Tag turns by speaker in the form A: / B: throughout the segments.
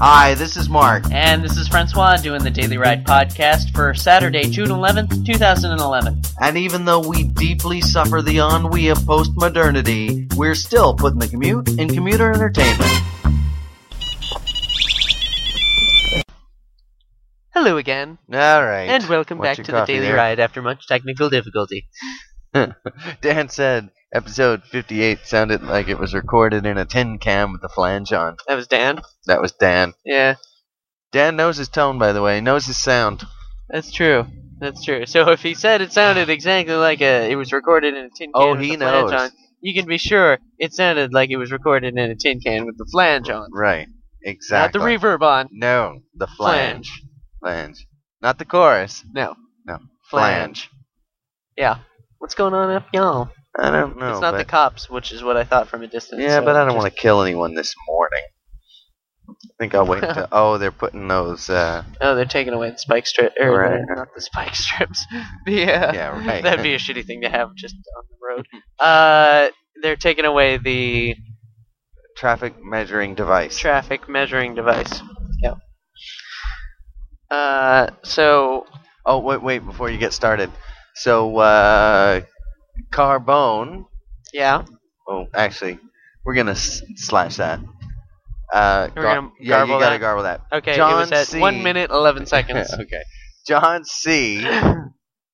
A: Hi, this is Mark.
B: And this is Francois doing the Daily Ride podcast for Saturday, June 11th, 2011.
A: And even though we deeply suffer the ennui of postmodernity, we're still putting the commute in commuter entertainment.
B: Hello again,
A: All right.
B: and welcome
A: What's
B: back
A: your
B: to the
A: coffee
B: Daily
A: there?
B: Ride after much technical difficulty.
A: Dan said episode 58 sounded like it was recorded in a tin can with the flange on.
B: That was Dan.
A: That was Dan.
B: Yeah,
A: Dan knows his tone, by the way. Knows his sound.
B: that's true. That's true. So if he said it sounded exactly like a, it was recorded in a tin can
A: Oh,
B: with
A: he
B: the flange
A: knows.
B: on, you can be sure it sounded like it was recorded in a tin can with the flange on,
A: Right. Exactly.
B: not the reverb on.
A: No, the flange.
B: Flange.
A: Flange. Not the chorus.
B: No,
A: No,
B: flange.
A: Flange.
B: Yeah. What's going on up y'all?
A: I don't know.
B: it's not the
A: Oh, but-
B: cops, which is what I thought from a distance.
A: Yeah, but I don't
B: want
A: want to kill anyone this morning. I think I'll wait until. Oh, they're putting those. Uh,
B: Oh, they're taking away the spike strip. Or
A: Right.
B: not the spike strips. yeah.
A: yeah, right.
B: That'd be a shitty thing to have just on the road. Uh, they're taking away the
A: traffic measuring device.
B: traffic measuring device. Yep. Uh, so
A: oh, wait, wait, before you get started. So, uh, Carbone.
B: yeah,
A: Oh, actually, we're gonna s- slash that. Uh,
B: We're
A: gar-
B: gonna
A: yeah, you
B: garble
A: gotta
B: that?
A: garble that.
B: okay. it
A: John
B: was at
A: C.
B: one minute eleven seconds.
A: okay. John C,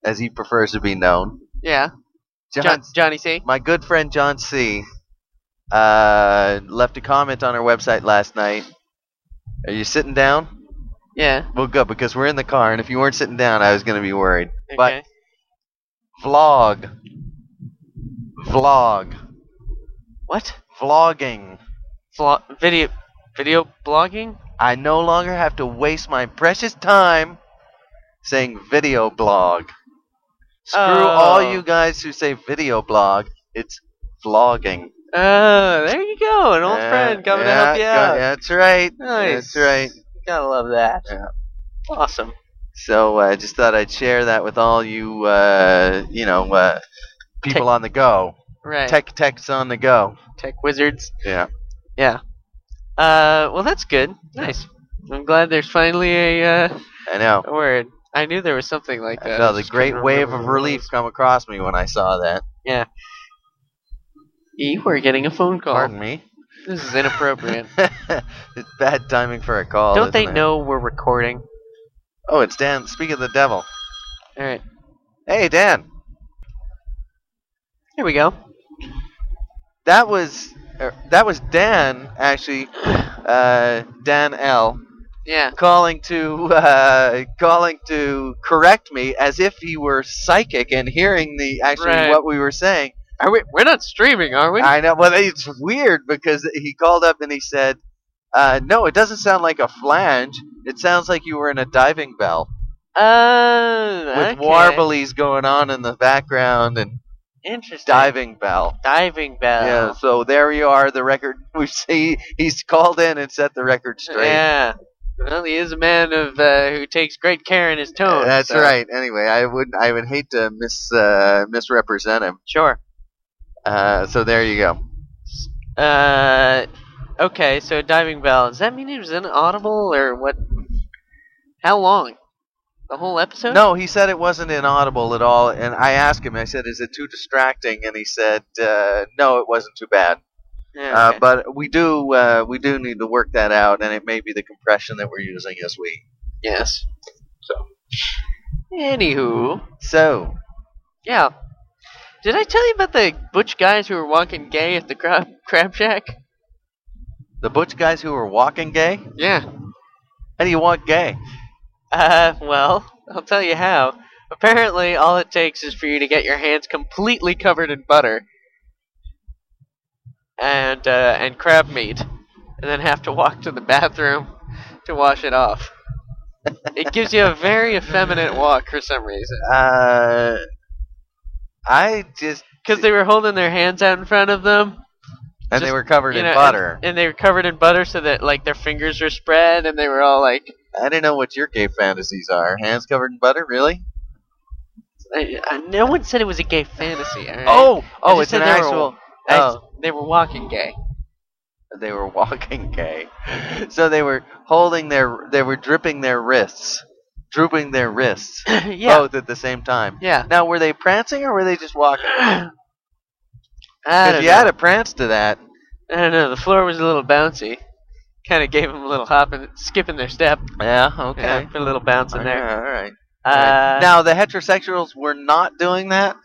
A: as he prefers to be known.
B: yeah,
A: John,
B: John, Johnny C.
A: my good friend John C. Uh, left a comment on our website last night. Are you sitting down?
B: Yeah.
A: Well, good because we're in the car, and if you weren't sitting down, I was gonna be worried.
B: Okay.
A: But- Vlog, vlog,
B: what?
A: vlogging.
B: Vlog video video blogging?
A: I no longer have to waste my precious time saying video blog. Screw all
B: Oh.
A: you guys who say video blog. It's vlogging.
B: Oh, there you go, an old
A: Yeah,
B: friend coming to help you
A: yeah,
B: out.
A: That's right.
B: Nice.
A: That's right.
B: Gotta love that.
A: Yeah.
B: Awesome.
A: So I just thought I'd share that with all you, uh, you know, uh, people on the go,
B: Right.
A: tech techs on the go.
B: Tech wizards.
A: Yeah.
B: Yeah. Uh, well, that's good. Nice. I'm glad there's finally a, uh,
A: I know.
B: a word. I knew there was something like
A: I
B: that.
A: felt a
B: just
A: great
B: couldn't
A: wave
B: remember
A: of
B: what it
A: relief
B: was.
A: come across me when I saw that.
B: You were getting a phone call.
A: Pardon me.
B: This is inappropriate.
A: it's bad timing for a call.
B: Don't they
A: isn't it?
B: know we're recording?
A: Oh, it's Dan. Speak of the devil.
B: All right.
A: Hey, Dan.
B: Here we go.
A: That was er, that was Dan actually. Uh, Dan L.
B: Yeah.
A: calling to uh, calling to correct me as if he were psychic and hearing the actually
B: Right.
A: what we were saying.
B: Are we? We're not streaming, are we?
A: I know. Well, it's weird because he called up and he said, uh, "No, it doesn't sound like a flange. It sounds like you were in a diving bell
B: Oh,
A: with
B: okay.
A: warblies going on in the background and
B: Interesting.
A: diving bell."
B: Diving bell.
A: Yeah, so there you are. The record we see. He's called in and set the record straight.
B: Yeah. Well, he is a man of uh, who takes great care in his tone.
A: That's
B: so-
A: right. Anyway, I would I would hate to mis uh, misrepresent him.
B: Sure.
A: Uh, so there you go.
B: Uh, okay. So diving bell. Does that mean he was inaudible or what? How long? The whole episode?
A: No, he said it wasn't inaudible at all, and I asked him. I said, "Is it too distracting?" And he said, uh, "No, it wasn't too bad."
B: Yeah,
A: Uh,
B: okay.
A: but we do uh, we do need to work that out, and it may be the compression that we're using as we.
B: yes. So. Anywho,
A: So
B: yeah. Did I tell you about the butch guys who were walking gay at the crab crab shack?
A: the butch guys who were walking gay.
B: Yeah.
A: How do you walk gay?
B: Uh, well, I'll tell you how. Apparently, all it takes is for you to get your hands completely covered in butter and uh, and crab meat, and then have to walk to the bathroom to wash it off. it gives you a very effeminate walk for some reason.
A: Uh, I just
B: Because they were holding their hands out in front of them,
A: and they
B: Just,
A: were covered
B: you
A: in
B: know,
A: butter.
B: and, and they were covered in butter, so that like their fingers were spread, and they were all like,
A: I don't know what your gay fantasies are. Hands covered in butter, really?
B: I, I, uh, no one said it was a gay fantasy. all right?
A: Oh,
B: I
A: oh,
B: just
A: it's
B: said
A: an
B: they were-
A: actual.
B: I-
A: oh.
B: they were walking gay.
A: They were walking gay. So they were holding their, they were dripping their wrists, drooping their wrists,
B: yeah.
A: both at the same time.
B: Oh, Yeah.
A: Now, were they prancing or were they just walking?
B: I
A: Because
B: don't
A: you
B: know.
A: had to prance to that.
B: I don't know. The floor was a little bouncy. Kind of gave them a little hop and skip in their step.
A: Yeah, okay.
B: Yeah, put a little bounce in
A: Okay,
B: there.
A: All right.
B: Uh,
A: now, the heterosexuals were not doing that?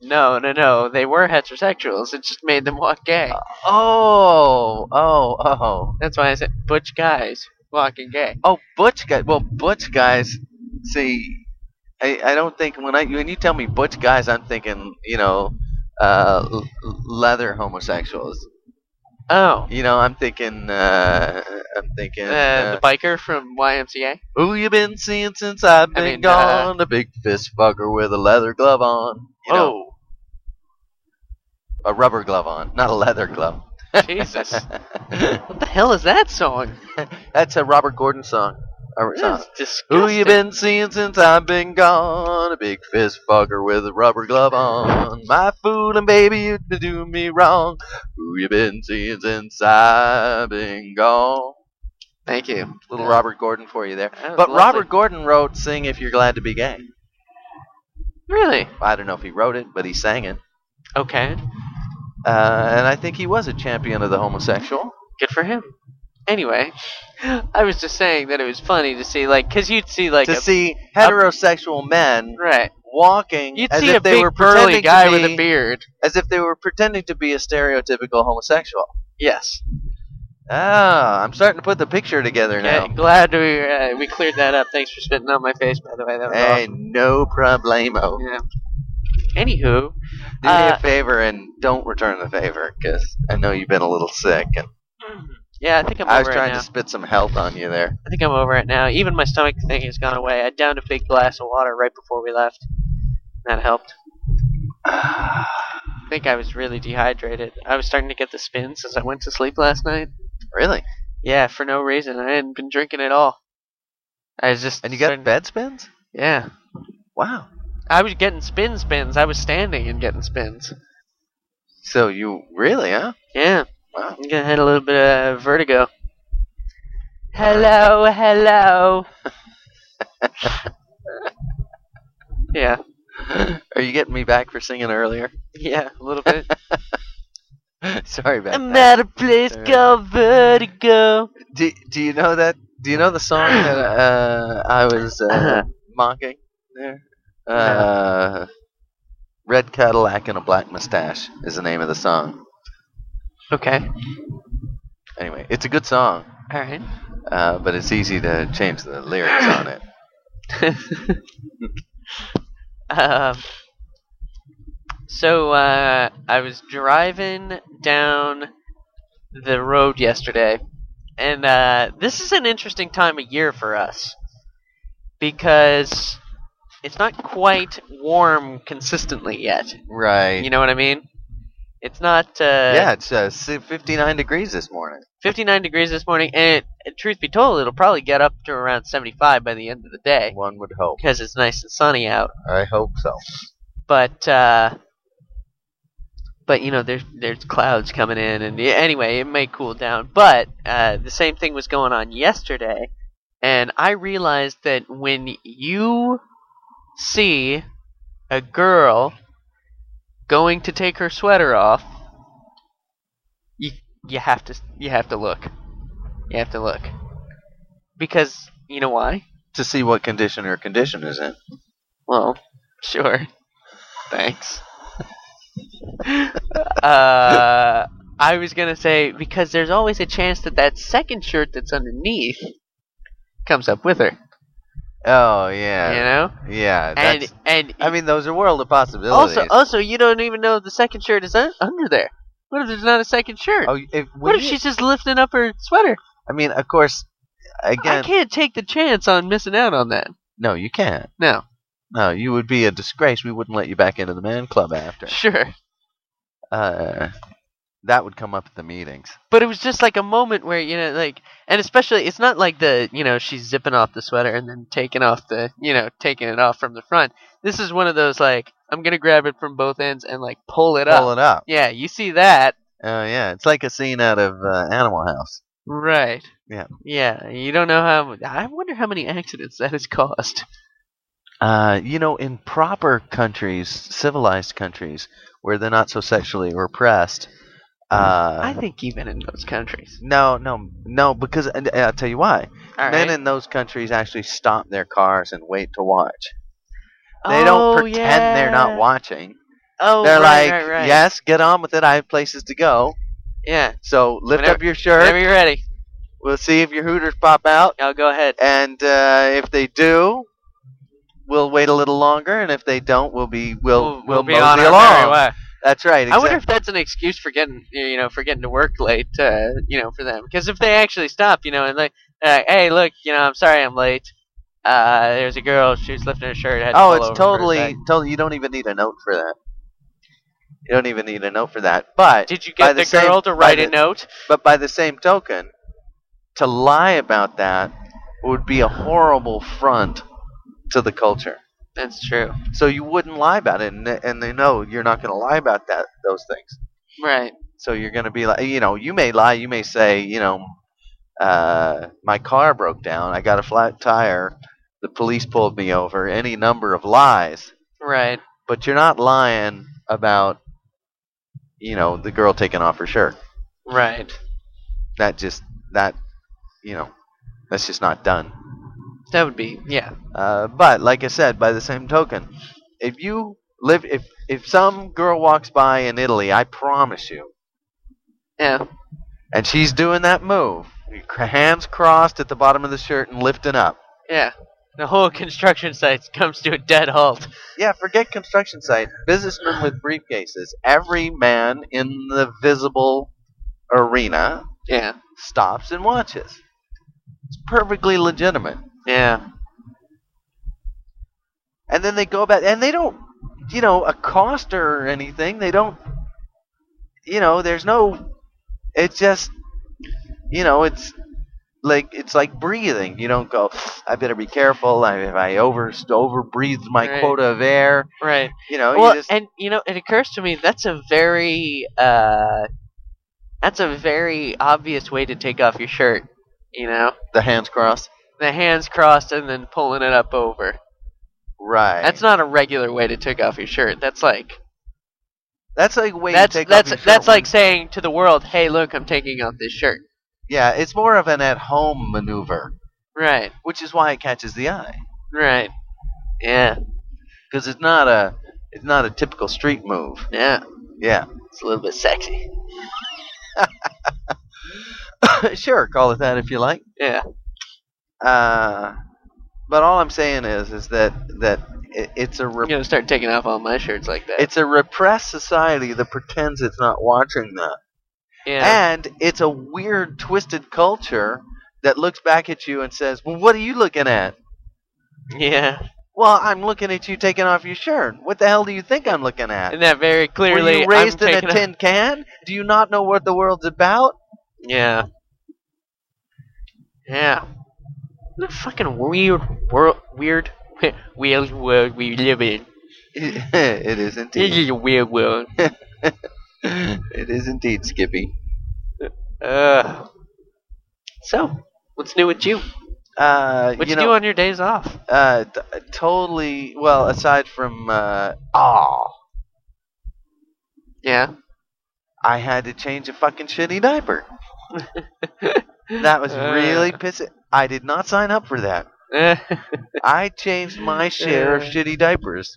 B: no, no, no. They were heterosexuals. It just made them walk gay.
A: Oh, oh, oh.
B: That's why I said butch guys walking gay.
A: Oh, butch guys. Well, butch guys. See, I, I don't think when I when you tell me butch guys, I'm thinking you know, uh, l- leather homosexuals.
B: Oh,
A: You know, I'm thinking uh, I'm thinking.
B: uh,
A: Uh,
B: the biker from YMCA.
A: who you been seeing since I've
B: I
A: been
B: mean, uh,
A: gone? a big fist fucker with a leather glove on. You know,
B: oh,
A: a rubber glove on, not a leather glove.
B: Oh, Jesus! what the hell is that song?
A: That's a Robert Gordon song. Robert song.
B: That's disgusting.
A: Who you been seeing since I've been gone? A big fist fucker with a rubber glove on. My fooling baby, you to do me wrong. Who you been seeing since I've been gone?
B: Thank you,
A: Little
B: Yeah.
A: Robert Gordon for you there.
B: That was
A: But
B: lovely.
A: Robert Gordon wrote "Sing If You're Glad to Be Gay."
B: Really?
A: I don't know if he wrote it, but he sang it,
B: Okay.
A: uh, and I think he was a champion of the homosexual.
B: Good for him. Anyway, I was just saying that it was funny to see, like, cause you'd see like
A: to
B: a,
A: see heterosexual men
B: right.
A: walking
B: You'd
A: as
B: see
A: if
B: a
A: they
B: big
A: were
B: burly
A: pretending
B: guy
A: to be,
B: with a beard.
A: as if they were pretending to be a stereotypical homosexual.
B: Yes.
A: Ah, I'm starting to put the picture together
B: Okay,
A: now.
B: glad we uh, we cleared that up. Thanks for spitting on my face, by the way. That was
A: Hey, no
B: awesome.
A: problemo.
B: Yeah. Anywho,
A: Do me
B: Uh,
A: a favor and don't return the favor, because I know you've been a little sick. And
B: yeah, I think I'm
A: I was
B: over it
A: trying
B: now.
A: to spit some health on you there.
B: I think I'm over it now. Even my stomach thing has gone away. I downed a big glass of water right before we left. That helped. I think I was really dehydrated. I was starting to get the spins as I went to sleep last night.
A: really?
B: Yeah, for no reason. I hadn't been drinking at all. I was just
A: And you got
B: starting-
A: bed spins?
B: yeah.
A: Wow.
B: I was getting spin spins. I was standing and getting spins.
A: So you really, huh?
B: Yeah.
A: Wow.
B: I think I had a little bit of vertigo. Hello, hello. yeah,
A: Are you getting me back for singing earlier?
B: yeah, a little bit.
A: Sorry about
B: I'm
A: that.
B: at a place
A: Uh,
B: called Vertigo.
A: Do, do you know that? Do you know the song that uh, I was uh, mocking there? Uh, Red Cadillac and a Black Mustache is the name of the song.
B: Okay,
A: Anyway, it's a good song,
B: all right.
A: uh, but it's easy to change the lyrics on it.
B: um, so uh, I was driving down the road yesterday, and uh, this is an interesting time of year for us because it's not quite warm consistently yet.
A: Right.
B: You know what I mean? It's not. Uh,
A: yeah, it's uh, si- 59 degrees this morning.
B: 59 degrees this morning, and it, truth be told, it'll probably get up to around 75 by the end of the day
A: One would hope.
B: because it's nice and sunny out.
A: I hope so.
B: but uh, but you know there's there's clouds coming in and yeah, anyway it may cool down but uh, the same thing was going on yesterday and i realized that when you see a girl going to take her sweater off you you have to you have to look you have to look because you know why
A: To see what condition her condition is in.
B: well, sure. Thanks. uh, I was gonna say because there's always a chance that that second shirt that's underneath comes up with her.
A: Oh,
B: You
A: yeah.
B: know,
A: Yeah.
B: and
A: that's-
B: and
A: I mean, those are world of possibilities.
B: also also you don't even know if the second shirt is un- under there. What if there's not a second shirt?
A: oh, if,
B: what
A: when
B: if
A: you-
B: she's just lifting up her sweater?
A: I mean, of course,
B: I
A: again,
B: can't take the chance on missing out on that.
A: no, you can't.
B: No,
A: No, you would be a disgrace. We wouldn't let you back into the man club after.
B: sure.
A: Uh, that would come up at the meetings.
B: but it was just like a moment where you know like and especially it's not like the you know she's zipping off the sweater and then taking off the you know taking it off from the front this is one of those like i'm gonna grab it from both ends and like pull it up
A: Pull it up.
B: yeah you see that
A: Oh yeah, it's like a scene out of uh, Animal House.
B: Right.
A: Yeah.
B: Yeah. You don't know how. I wonder how many accidents that has caused.
A: Uh, you know, in proper countries, civilized countries, where they're not so sexually repressed. Uh,
B: Mm. I think even in those countries.
A: no, no, no, because and, and I'll tell you why.
B: All
A: Men
B: right.
A: in those countries actually stop their cars and wait to watch. They don't
B: Oh,
A: pretend they're
B: yeah.
A: not watching.
B: Oh,
A: they're
B: right,
A: like,
B: right, right.
A: yes, get on with it. I have places to go.
B: Yeah.
A: So lift
B: Whenever-
A: up your shirt.
B: Whenever you're ready,
A: We'll see if your Hooters pop out.
B: I'll go ahead.
A: and uh, if they do, we'll wait a little longer, and if they don't, we'll be we'll we'll,
B: be
A: mosey
B: on our
A: along.
B: merry way.
A: That's right.
B: I wonder
A: exact-
B: if that's an excuse for getting you know for getting to work late, uh, you know, for them. Because if they actually stop, you know, and like, uh, hey, look, you know, I'm sorry I'm late. Uh, there's a girl. She was lifting her shirt. I had to
A: Oh,
B: pull
A: it's
B: over for a
A: totally
B: sec.
A: totally. You don't even need a note for that. You don't even need a note for that. But
B: Did you
A: by
B: get
A: the
B: the,
A: same-
B: girl to
A: by
B: write a
A: the-
B: note?
A: but by the same token, to lie about that would be a horrible front to the culture.
B: That's true.
A: So you wouldn't lie about it, and, and they know you're not going to lie about that those things.
B: Right.
A: So you're going to be like, you know, you may lie. You may say, you know, uh, my car broke down. I got a flat tire. The police pulled me over. Any number of lies.
B: Right.
A: But you're not lying about, you know, the girl taking off her shirt.
B: Right.
A: That just, that, you know, that's just not done.
B: That would be yeah.
A: Uh, but like I said, by the same token, if you live, if if some girl walks by in Italy, I promise you,
B: Yeah.
A: And she's doing that move. Your cr- Hands crossed at the bottom of the shirt and lifting up.
B: Yeah. The whole construction site comes to a dead halt.
A: Yeah, forget construction site. Businessmen with briefcases. Every man in the visible arena
B: Yeah.
A: stops and watches. It's perfectly legitimate.
B: Yeah.
A: And then they go back, and they don't, you know, accost her or anything. They don't, you know, there's no, it's just, you know, it's like it's like breathing. You don't go, I better be careful. I, if I over over breathed my
B: Right.
A: quota of air,
B: Right.
A: Oh, you know,
B: well,
A: you just
B: and you know, it occurs to me that's a very uh, that's a very obvious way to take off your shirt. You know,
A: the hands crossed.
B: the hands crossed and then pulling it up over.
A: Right.
B: That's not a regular way to take off your shirt. That's like
A: that's like way
B: that's
A: you take off
B: that's
A: your shirt
B: that's
A: when-
B: like saying to the world, "Hey, look, I'm taking off this shirt."
A: yeah, it's more of an at home maneuver,
B: Right.
A: which is why it catches the eye
B: Right. Yeah.
A: because it's not a it's not a typical street move.
B: Yeah.
A: Yeah.
B: It's a little bit sexy.
A: sure, call it that if you like.
B: Yeah.
A: Uh, but all I'm saying is, is that that i it's a
B: I'm
A: re-
B: gonna start taking off all my shirts like that.
A: it's a repressed society that pretends it's not watching that,
B: yeah.
A: and it's a weird, twisted culture that looks back at you and says, "Well, what are you looking at?"
B: yeah.
A: Well, I'm looking at you taking off your shirt. What the hell do you think I'm looking at?
B: And that very
A: Were
B: clearly
A: you raised
B: I'm
A: in
B: taking
A: a tin can? Do you not know what the world's about?
B: Yeah. Yeah. What a fucking weird world, weird, weird world we live in.
A: it is
B: This
A: indeed.
B: is a weird world.
A: it is indeed, Skippy.
B: Uh. So, what's new with you?
A: Uh,
B: What you,
A: you know,
B: do on your days off?
A: Uh, t- totally. Well, aside from uh, aw,
B: Yeah.
A: I had to change a fucking shitty diaper. That was
B: Uh.
A: really pissing. I did not sign up for that.
B: Uh,
A: I changed my share of
B: Uh.
A: shitty diapers.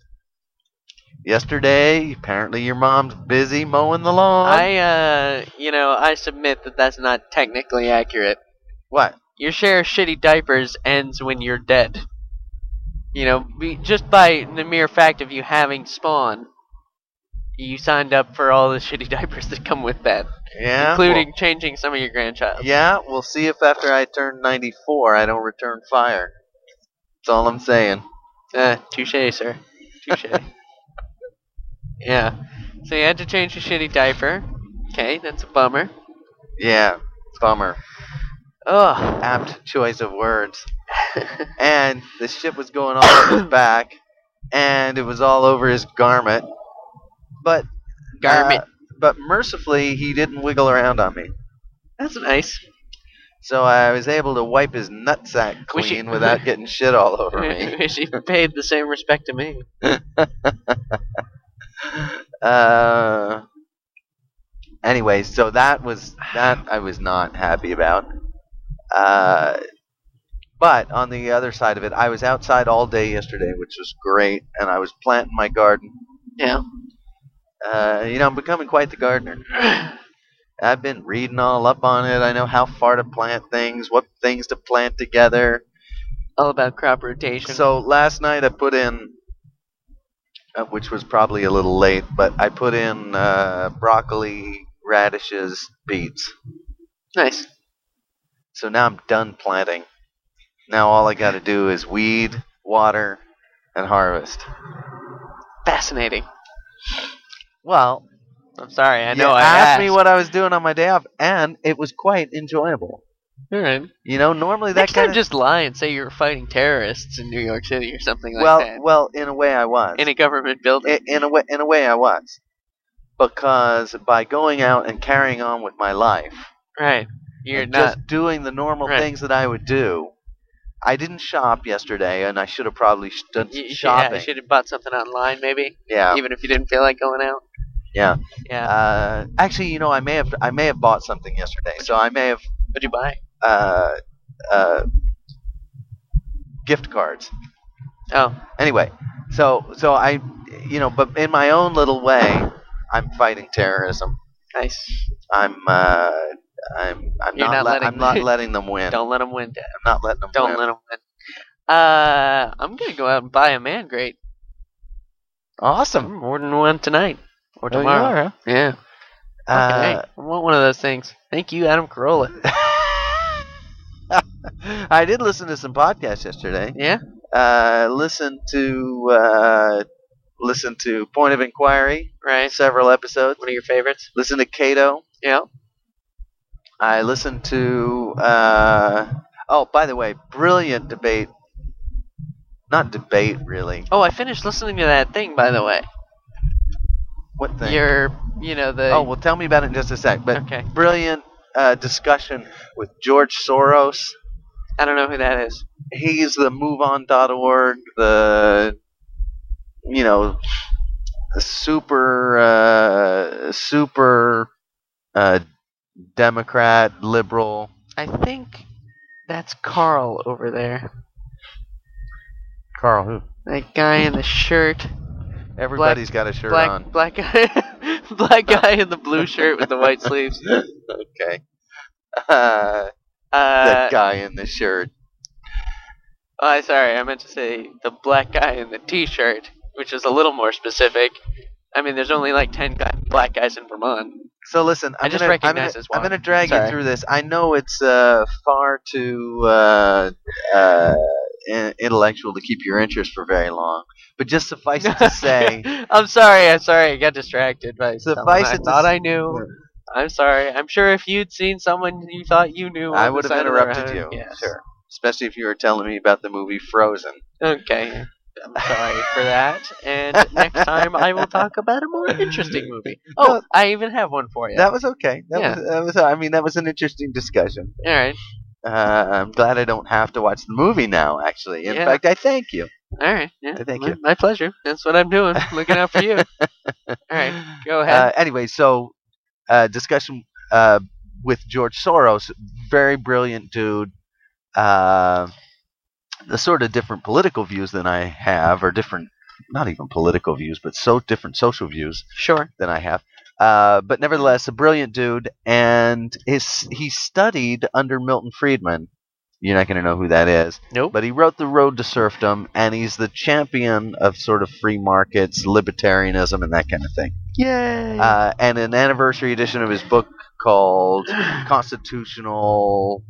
A: Yesterday, apparently your mom's busy mowing the lawn.
B: I, uh, you know, I submit that that's not technically accurate.
A: what?
B: Your share of shitty diapers ends when you're dead. You know, be- just by the mere fact of you having spawn, you signed up for all the shitty diapers that come with that.
A: Yeah.
B: including changing some of your grandchild.
A: Well, yeah. We'll see if after I turn 94, I don't return fire. That's all I'm saying.
B: Uh, touche, sir. Touche. yeah. So you had to change your shitty diaper. Okay, that's a bummer.
A: Yeah. Bummer.
B: Ugh.
A: Apt choice of words. and the shit was going all over his back, and it was all over his garment. But
B: Garment.
A: uh, but mercifully he didn't wiggle around on me.
B: That's nice.
A: So I was able to wipe his nutsack
B: We should-
A: clean without getting shit all over me.
B: she paid the same respect to me.
A: uh, anyway, so that was that I was not happy about. Uh, but on the other side of it, I was outside all day yesterday, which was great, and I was planting my garden.
B: Yeah.
A: Uh, you know, I'm becoming quite the gardener. I've been reading all up on it. I know how far to plant things, what things to plant together.
B: All about crop rotation.
A: So last night I put in, uh, which was probably a little late, but I put in uh, broccoli, radishes, beets.
B: nice.
A: So now I'm done planting. Now all I got to do is weed, water, and harvest.
B: Fascinating.
A: Well,
B: I'm sorry. I
A: you
B: know I
A: asked me what I was doing on my day off, and it was quite enjoyable.
B: All right.
A: You know, normally that
B: Next
A: kind
B: time,
A: of
B: just lie and say you were fighting terrorists in New York City or something like
A: well,
B: that.
A: well, in a way I was.
B: in a government building.
A: I- in a way, in a way I was, because by going out and carrying on with my life.
B: right. You're
A: and
B: not.
A: just doing the normal
B: Right.
A: things that I would do. I didn't shop yesterday, and I should have probably sh- done
B: You,
A: some
B: you should- Yeah,
A: shopping.
B: you should have bought something online, maybe,
A: yeah.
B: even if you didn't feel like going out.
A: Yeah.
B: Yeah.
A: Uh, actually, you know, I may have I may have bought something yesterday, so I may have
B: What'd you buy?
A: uh, uh, gift cards.
B: Oh,
A: Anyway, so so I, you know, but in my own little way, I'm fighting terrorism.
B: nice.
A: I'm uh, I'm I'm
B: You're
A: not,
B: not
A: let-
B: letting-
A: I'm not letting them win.
B: Don't let them win, Dad.
A: I'm not letting them
B: Don't
A: win.
B: let them win. Uh, I'm gonna go out and buy a man grate.
A: awesome.
B: I'm ordering one tonight or
A: Well, you
B: tomorrow.
A: are, huh?
B: yeah. Fucking hey,
A: Uh,
B: I want one of those things. Thank you, Adam Carolla.
A: I did listen to some podcasts yesterday.
B: Yeah.
A: Uh, listen to uh, listen to Point of Inquiry,
B: Right.
A: several episodes.
B: One of your favorites.
A: Listen to Cato.
B: Yeah.
A: I listened to uh, oh, by the way, brilliant debate. Not debate, really.
B: Oh, I finished listening to that thing, by the way.
A: What thing?
B: Your, you know the.
A: oh, well, tell me about it in just a sec. But
B: okay.
A: brilliant uh, discussion with George Soros.
B: I don't know who that is.
A: he's the moveon.org, the you know super uh, super uh, Democrat liberal.
B: I think that's Carl over there.
A: Carl who?
B: That guy in the shirt,
A: Everybody's got a shirt
B: black
A: on.
B: black guy, black guy in the blue shirt with the white sleeves.
A: Okay. Uh,
B: Uh,
A: that guy in the shirt.
B: oh, I- sorry, I meant to say the black guy in the t-shirt, which is a little more specific. I mean, there's only like ten guy, black guys in Vermont.
A: So listen, I'm
B: I just
A: gonna,
B: recognize
A: I'm gonna,
B: his
A: I'm
B: wallet.
A: gonna drag
B: Sorry.
A: you through this. I know it's uh, far too uh, uh, in- intellectual to keep your interest for very long, but just suffice it to say.
B: I'm sorry, I'm sorry, I got distracted by something
A: Suffice
B: I
A: it to
B: thought
A: s-
B: I knew. I'm sorry. I'm sure if you'd seen someone you thought you knew, on
A: I
B: the
A: would have
B: side of the
A: interrupted you.
B: road- Yes.
A: Sure. Especially if you were telling me about the movie Frozen.
B: Okay. I'm sorry for that. And next time I will talk about a more interesting movie. Oh,
A: No.
B: I even have one for you.
A: That was okay. That
B: Yeah.
A: was that was I mean that was an interesting discussion.
B: All right.
A: Uh, I'm glad I don't have to watch the movie now actually. In
B: Yeah.
A: fact, I thank you.
B: All right. Yeah.
A: Uh, thank
B: my,
A: you.
B: My pleasure. That's what I'm doing. Looking out for you. All right. Go ahead.
A: Uh, anyway, so uh, discussion uh, with George Soros, very brilliant dude. Uh, the sort of different political views than I have, or different, not even political views, but so different social views.
B: sure.
A: than I have. Uh, but nevertheless, a brilliant dude, and his he studied under Milton Friedman. You're not going to know who that is,
B: Nope.
A: but he wrote The Road to Serfdom, and he's the champion of sort of free markets, libertarianism, and that kind of thing.
B: Yay.
A: Uh, and an anniversary edition of his book called Constitutional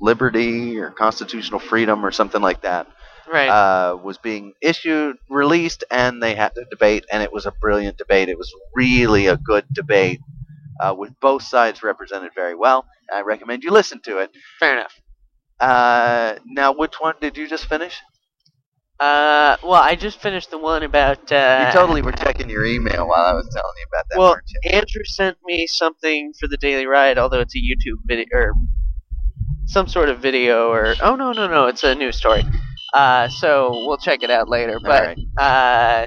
A: Liberty or Constitutional Freedom or something like that
B: right.
A: uh, was being issued, released, and they had the debate, and it was a brilliant debate. It was really a good debate uh, with both sides represented very well. I recommend you listen to it.
B: Fair enough.
A: Uh, now, which one did you just finish?
B: Uh, well, I just finished the one about. Uh,
A: you totally were checking your email while I was telling you about that.
B: Well,
A: weren't you?
B: Andrew sent me something for the Daily Ride, although it's a YouTube video or some sort of video or oh no no no, it's a news story. Uh, so we'll check it out later.
A: all
B: But
A: right,
B: uh,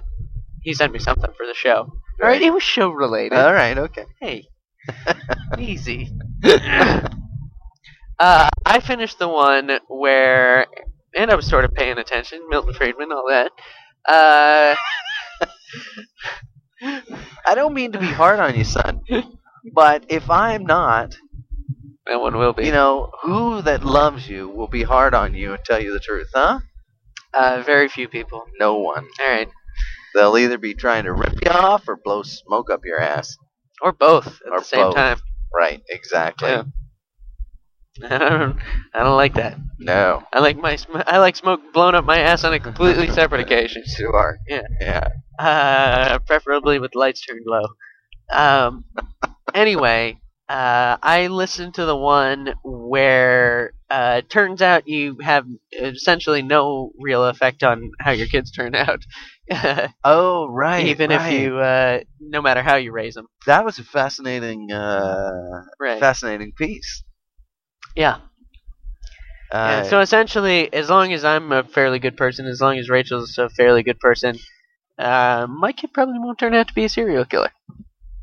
B: he sent me something for the show. All right, it was show related.
A: all right, okay.
B: Hey, easy. uh, I finished the one where, and I was sort of paying attention, Milton Friedman, all that. Uh,
A: I don't mean to be hard on you, son, but if I'm not,
B: that one will be.
A: you know, who that loves you will be hard on you and tell you the truth, huh?
B: uh, very few people.
A: No one.
B: All right,
A: They'll either be trying to rip you off or blow smoke up your ass.
B: or both at
A: Or
B: the same
A: both.
B: time.
A: Right, exactly.
B: Yeah. I don't, I don't like that.
A: No.
B: I like my, sm- I like smoke blown up my ass on a completely separate occasion.
A: You are.
B: Yeah.
A: Yeah.
B: uh, preferably with lights turned low. Um, anyway, uh, I listened to the one where uh, it turns out you have essentially no real effect on how your kids turn out,
A: Oh, right.
B: even if you, uh, no matter how you raise them.
A: That was a fascinating, uh,
B: Right.
A: fascinating piece.
B: yeah.
A: Uh,
B: yeah. So essentially, as long as I'm a fairly good person, as long as Rachel's a fairly good person. Uh, my kid probably won't turn out to be a serial killer,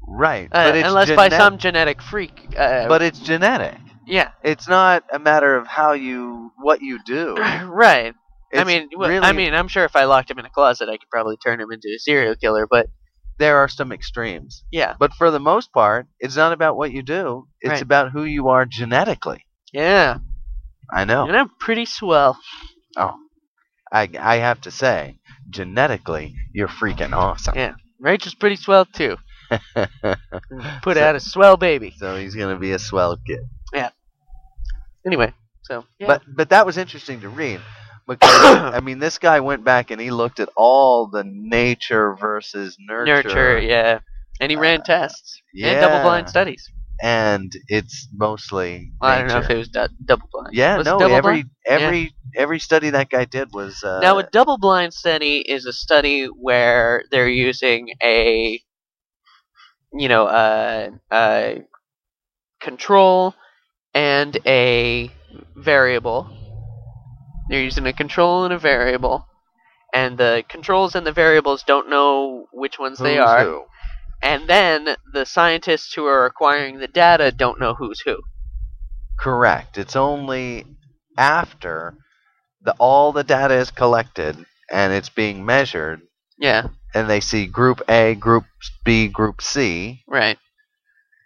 A: right.
B: uh,
A: but it's
B: unless by
A: genet-
B: some genetic freak. Uh,
A: But it's genetic.
B: yeah,
A: It's not a matter of how you, what you do.
B: right. I
A: It's
B: mean, well,
A: really,
B: I mean, I'm sure if I locked him in a closet, I could probably turn him into a serial killer. But
A: there are some extremes.
B: yeah,
A: But for the most part, it's not about what you do. It's
B: Right.
A: about who you are genetically.
B: yeah,
A: I know.
B: and I'm pretty swell.
A: Oh, I I have to say, genetically, you're freaking awesome.
B: Yeah. Rachel's pretty swell too. Put
A: So-
B: out a swell baby.
A: So he's gonna be a swell kid.
B: Anyway, so yeah.
A: But but that was interesting to read because I mean this guy went back and he looked at all the nature versus nurture, Uh,
B: nurture, yeah, and he ran tests
A: yeah.
B: and double blind studies.
A: and it's mostly.
B: Well, I don't know if
A: nature.
B: it was du- double blind.
A: Yeah,
B: was it
A: no.
B: double
A: Every
B: blind?
A: every every study that guy did was uh,
B: now a double blind study is a study where they're using a, you know, a, a control and a variable. They're using a control and a variable, and the controls and the variables don't know which ones they
A: who's
B: are,
A: who.
B: and then the scientists who are acquiring the data don't know who's who.
A: Correct. It's only after the all the data is collected and it's being measured
B: Yeah,
A: and they see group A, group B, group C.
B: right.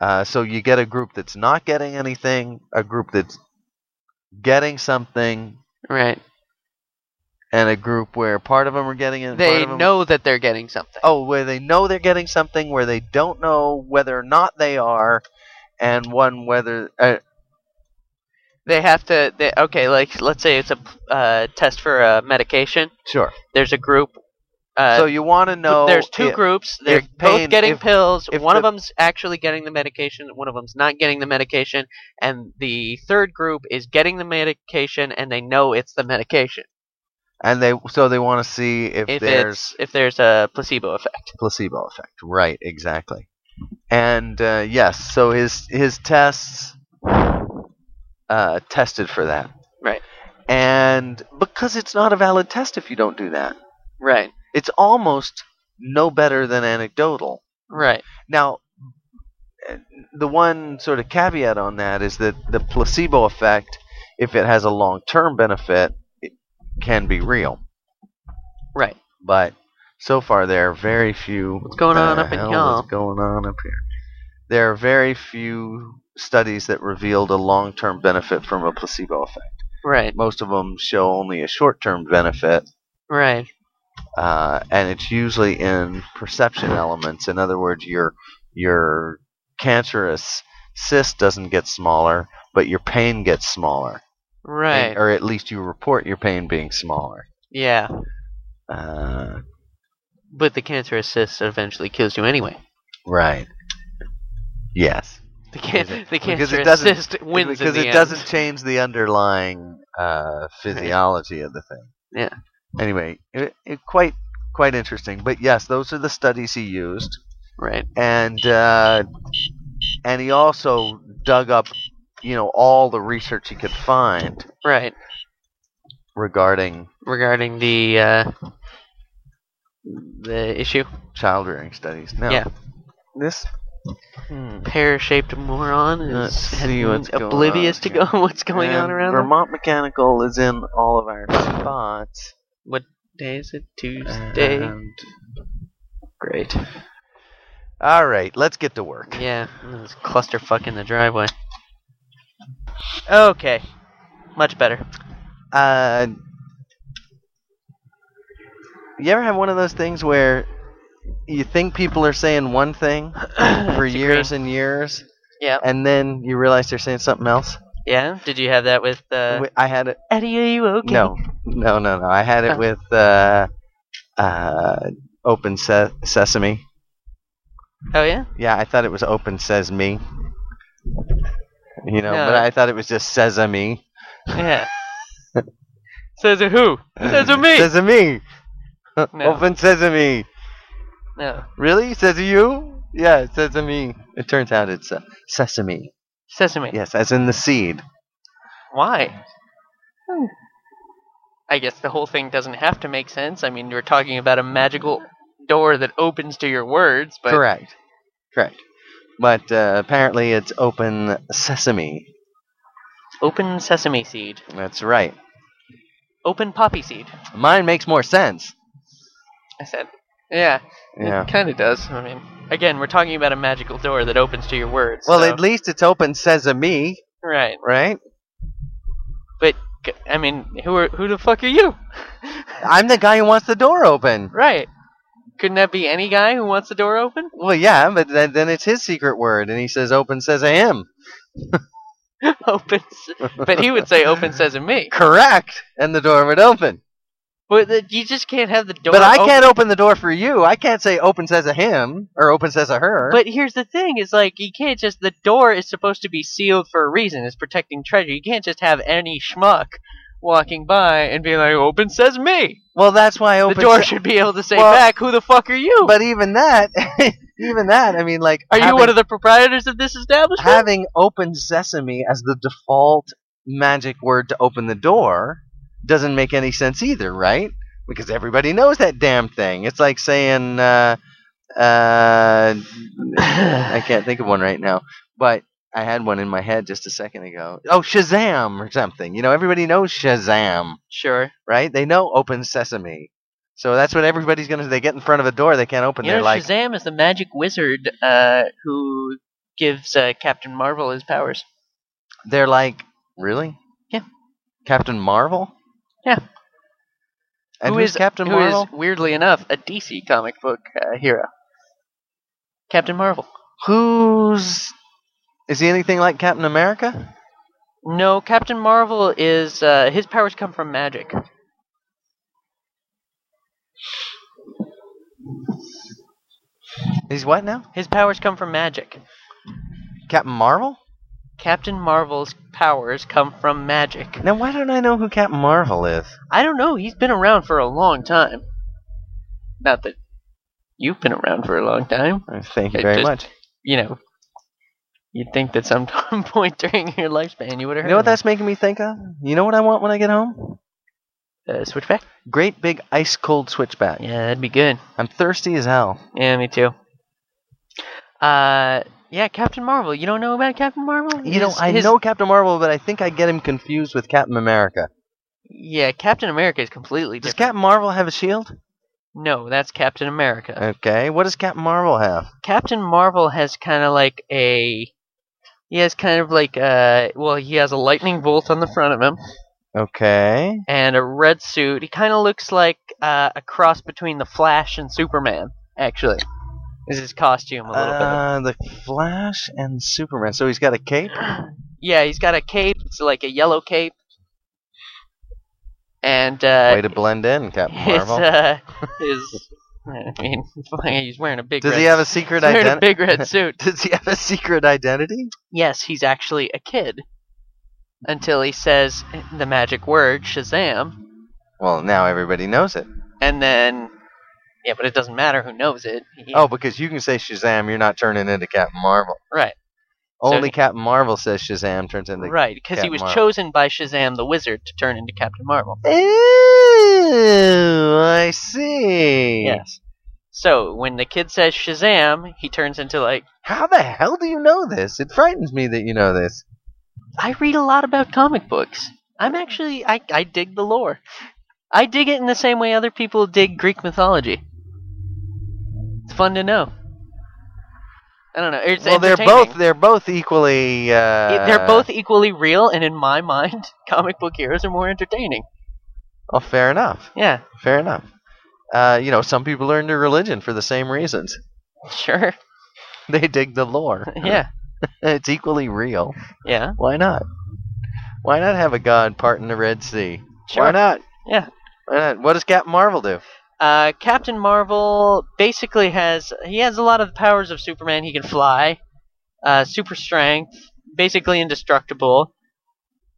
A: Uh, so you get a group that's not getting anything, a group that's getting something,
B: Right.
A: and a group where part of them are getting it. and part
B: They
A: of 'em-
B: know that they're getting something.
A: Oh, where they know they're getting something, where they don't know whether or not they are, and one whether. Uh,
B: they have to they, okay like let's say it's a uh, test for a medication
A: sure.
B: there's a group uh,
A: so you want to know.
B: there's two
A: i-
B: groups they're
A: pain-
B: both getting
A: if-
B: pills
A: if
B: one of
A: the-
B: them's actually getting the medication one of them's not getting the medication and the third group is getting the medication and they know it's the medication
A: And they so they want to see if,
B: if
A: there's
B: it's if there's a placebo effect
A: placebo effect. Right, exactly. And uh, yes, so his his tests uh, tested for that.
B: Right.
A: And because it's not a valid test if you don't do that,
B: right
A: it's almost no better than anecdotal.
B: right
A: Now, uh, the one sort of caveat on that is that the placebo effect, if it has a long term benefit, it can be real.
B: right
A: But so far, there are very few. What's
B: going on up in y'all?
A: What's going on up here? There are very few studies that revealed a long-term benefit from a placebo effect.
B: right
A: Most of them show only a short-term benefit,
B: right
A: uh, and it's usually in perception elements. In other words, your your cancerous cyst doesn't get smaller, but your pain gets smaller,
B: right
A: or at least you report your pain being smaller.
B: yeah
A: Uh,
B: but the cancerous cyst eventually kills you anyway
A: right. Yes.
B: the, can-
A: Because
B: the
A: it- because it
B: cancerous
A: doesn't-
B: cyst wins
A: because it
B: in the end.
A: doesn't change the underlying uh, physiology of the thing.
B: Yeah.
A: Anyway, it, it quite quite interesting. But yes, those are the studies he used,
B: Right.
A: and uh, and he also dug up, you know, all the research he could find
B: Right.
A: regarding
B: Regarding the uh, the issue,
A: child rearing studies. Now,
B: Yeah.
A: this. Hmm.
B: pear-shaped moron
A: Let's
B: is
A: see what's going on
B: oblivious to
A: here.
B: go what's going on
A: And
B: around them.
A: Vermont Mechanical is in all of our spots.
B: Day is it Tuesday?
A: And-
B: Great.
A: all right, let's get to work.
B: Yeah, it's clusterfuck in the driveway. Okay, much better.
A: Uh, you ever have one of those things where you think people are saying one thing for
B: Disagree.
A: years and years,
B: Yeah.
A: and then you realize they're saying something else?
B: Yeah. Did you have that with uh,
A: Wi- I had it.
B: Eddie? Are you okay?
A: No, no, no, no. I had it
B: Oh.
A: with uh, uh, Open Se- Sesame.
B: Oh yeah.
A: Yeah, I thought it was Open Sesame. You know,
B: No.
A: but I thought it was just Sesame.
B: Yeah. Says a who? Says a me.
A: Sesame.
B: No.
A: Open Sesame.
B: no.
A: Really? Says you? Yeah, it says to me. It turns out it's uh, sesame.
B: Sesame.
A: Yes, as in the seed.
B: Why?
A: Oh.
B: I guess the whole thing doesn't have to make sense. I mean, you're talking about a magical door that opens to your words, but
A: Correct. Correct. But uh, apparently it's open sesame.
B: open sesame seed,
A: That's right.
B: open poppy seed.
A: Mine makes more sense.
B: I said, yeah,
A: Yeah.
B: it kind of does. I mean, again, we're talking about a magical door that opens to your words.
A: Well,
B: so-
A: at least it's open sesame,
B: right.
A: right?
B: G- I mean, who are, who the fuck are you?
A: I'm the guy who wants the door open.
B: right. Couldn't that be any guy who wants the door open?
A: Well, yeah, but then, then it's his secret word, and he says open says I am.
B: open, s- but he would say open sesame.
A: Correct. And the door would open.
B: But the, you just can't have the door.
A: but I
B: open.
A: can't open the door for you. I can't say open says a him or open says a her.
B: But here's the thing: is like you can't just the door is supposed to be sealed for a reason. It's protecting treasure. You can't just have any schmuck walking by and be like, "Open says me."
A: Well, that's why
B: The
A: open.
B: door should be able to say
A: Well-
B: back, "Who the fuck are you?
A: but even that, even that, I mean, like,
B: are you
A: having,
B: one of the proprietors of this establishment?"
A: having open sesame as the default magic word to open the door doesn't make any sense either, right? Because everybody knows that damn thing. It's like saying, uh, uh, I can't think of one right now, but I had one in my head just a second ago. Oh, Shazam or something. You know, everybody knows Shazam.
B: sure.
A: right? They know open sesame. So that's what everybody's gonna. They get in front of a door they can't open.
B: you
A: They're
B: know,
A: like,
B: Shazam is the magic wizard uh, who gives uh, Captain Marvel his powers.
A: they're like, really?
B: Yeah.
A: Captain Marvel.
B: Yeah.
A: And
B: Who
A: who's
B: is-
A: Captain
B: Who is,
A: Marvel?
B: weirdly enough, a DC comic book uh, hero. Captain Marvel.
A: Who's is he anything like Captain America?
B: No, Captain Marvel is uh, his powers come from magic.
A: He's what now?
B: His powers come from magic.
A: Captain Marvel?
B: Captain Marvel's powers come from magic.
A: Now why don't I know who Captain Marvel is?
B: I don't know. He's been around for a long time. Not that you've been around for a long time.
A: Uh, Thank you
B: It
A: very
B: just-
A: much.
B: You know, you'd think that some point during your lifespan you would
A: You
B: have heard.
A: know what
B: of
A: that's making me think of? You know what I want when I get home?
B: him. uh, switchback.
A: Great big ice cold switchback.
B: Yeah, that'd be good.
A: I'm thirsty as hell.
B: Yeah, me too. Uh, yeah, Captain Marvel. You don't know about Captain Marvel?
A: You know,
B: His-
A: I
B: his-
A: know Captain Marvel, but I think I get him confused with Captain America.
B: Yeah, Captain America is completely
A: Does
B: different.
A: Captain Marvel have a shield?
B: No, that's Captain America.
A: Okay. What does Captain Marvel have?
B: Captain Marvel has kind of like a. He has kind of like a. Well, he has a lightning bolt on the front of him
A: Okay.
B: and a red suit. He kind of looks like uh, a cross between the Flash and Superman, actually. Is his costume a little
A: Uh, the Flash and Superman. So he's got a cape.
B: bit? Yeah, he's got a cape. It's like a yellow cape. And uh,
A: Way to blend in, Captain
B: his.
A: Marvel.
B: Uh, his I mean, he's wearing a big
A: Does
B: red
A: he have a secret
B: he's wearing a
A: identity?
B: big red suit.
A: Does he have a secret identity?
B: yes, he's actually a kid. Until he says the magic word, Shazam,
A: Well, now everybody knows it.
B: And then, yeah, but it doesn't matter who knows it. He-
A: Oh, because you can say Shazam, you're not turning into Captain Marvel.
B: right, So-
A: Only Captain Marvel says Shazam turns into.
B: right, because he
A: Captain
B: was
A: Marvel.
B: chosen by Shazam the Wizard to turn into Captain Marvel.
A: Ooh, I see.
B: Yes. So when the kid says Shazam, he turns into like
A: How the hell do you know this? It frightens me that you know this.
B: I read a lot about comic books. I'm actually I I dig the lore. I dig it in the same way other people dig Greek mythology. It's fun to know. I don't know. It's
A: well, they're
B: entertaining. E,
A: both they're both equally. Uh,
B: they're both equally real, and in my mind, comic book heroes are more entertaining.
A: Well, oh, fair enough.
B: Yeah,
A: Fair enough. Uh, you know, some people learn their religion for the same reasons.
B: sure.
A: They dig the lore.
B: Yeah,
A: it's equally real.
B: yeah,
A: Why not? Why not have a god part in the Red Sea?
B: sure.
A: Why not?
B: Yeah.
A: Why not? What does Captain Marvel do?
B: Uh, Captain Marvel basically has he has a lot of the powers of Superman. He can fly, uh, super strength, basically indestructible.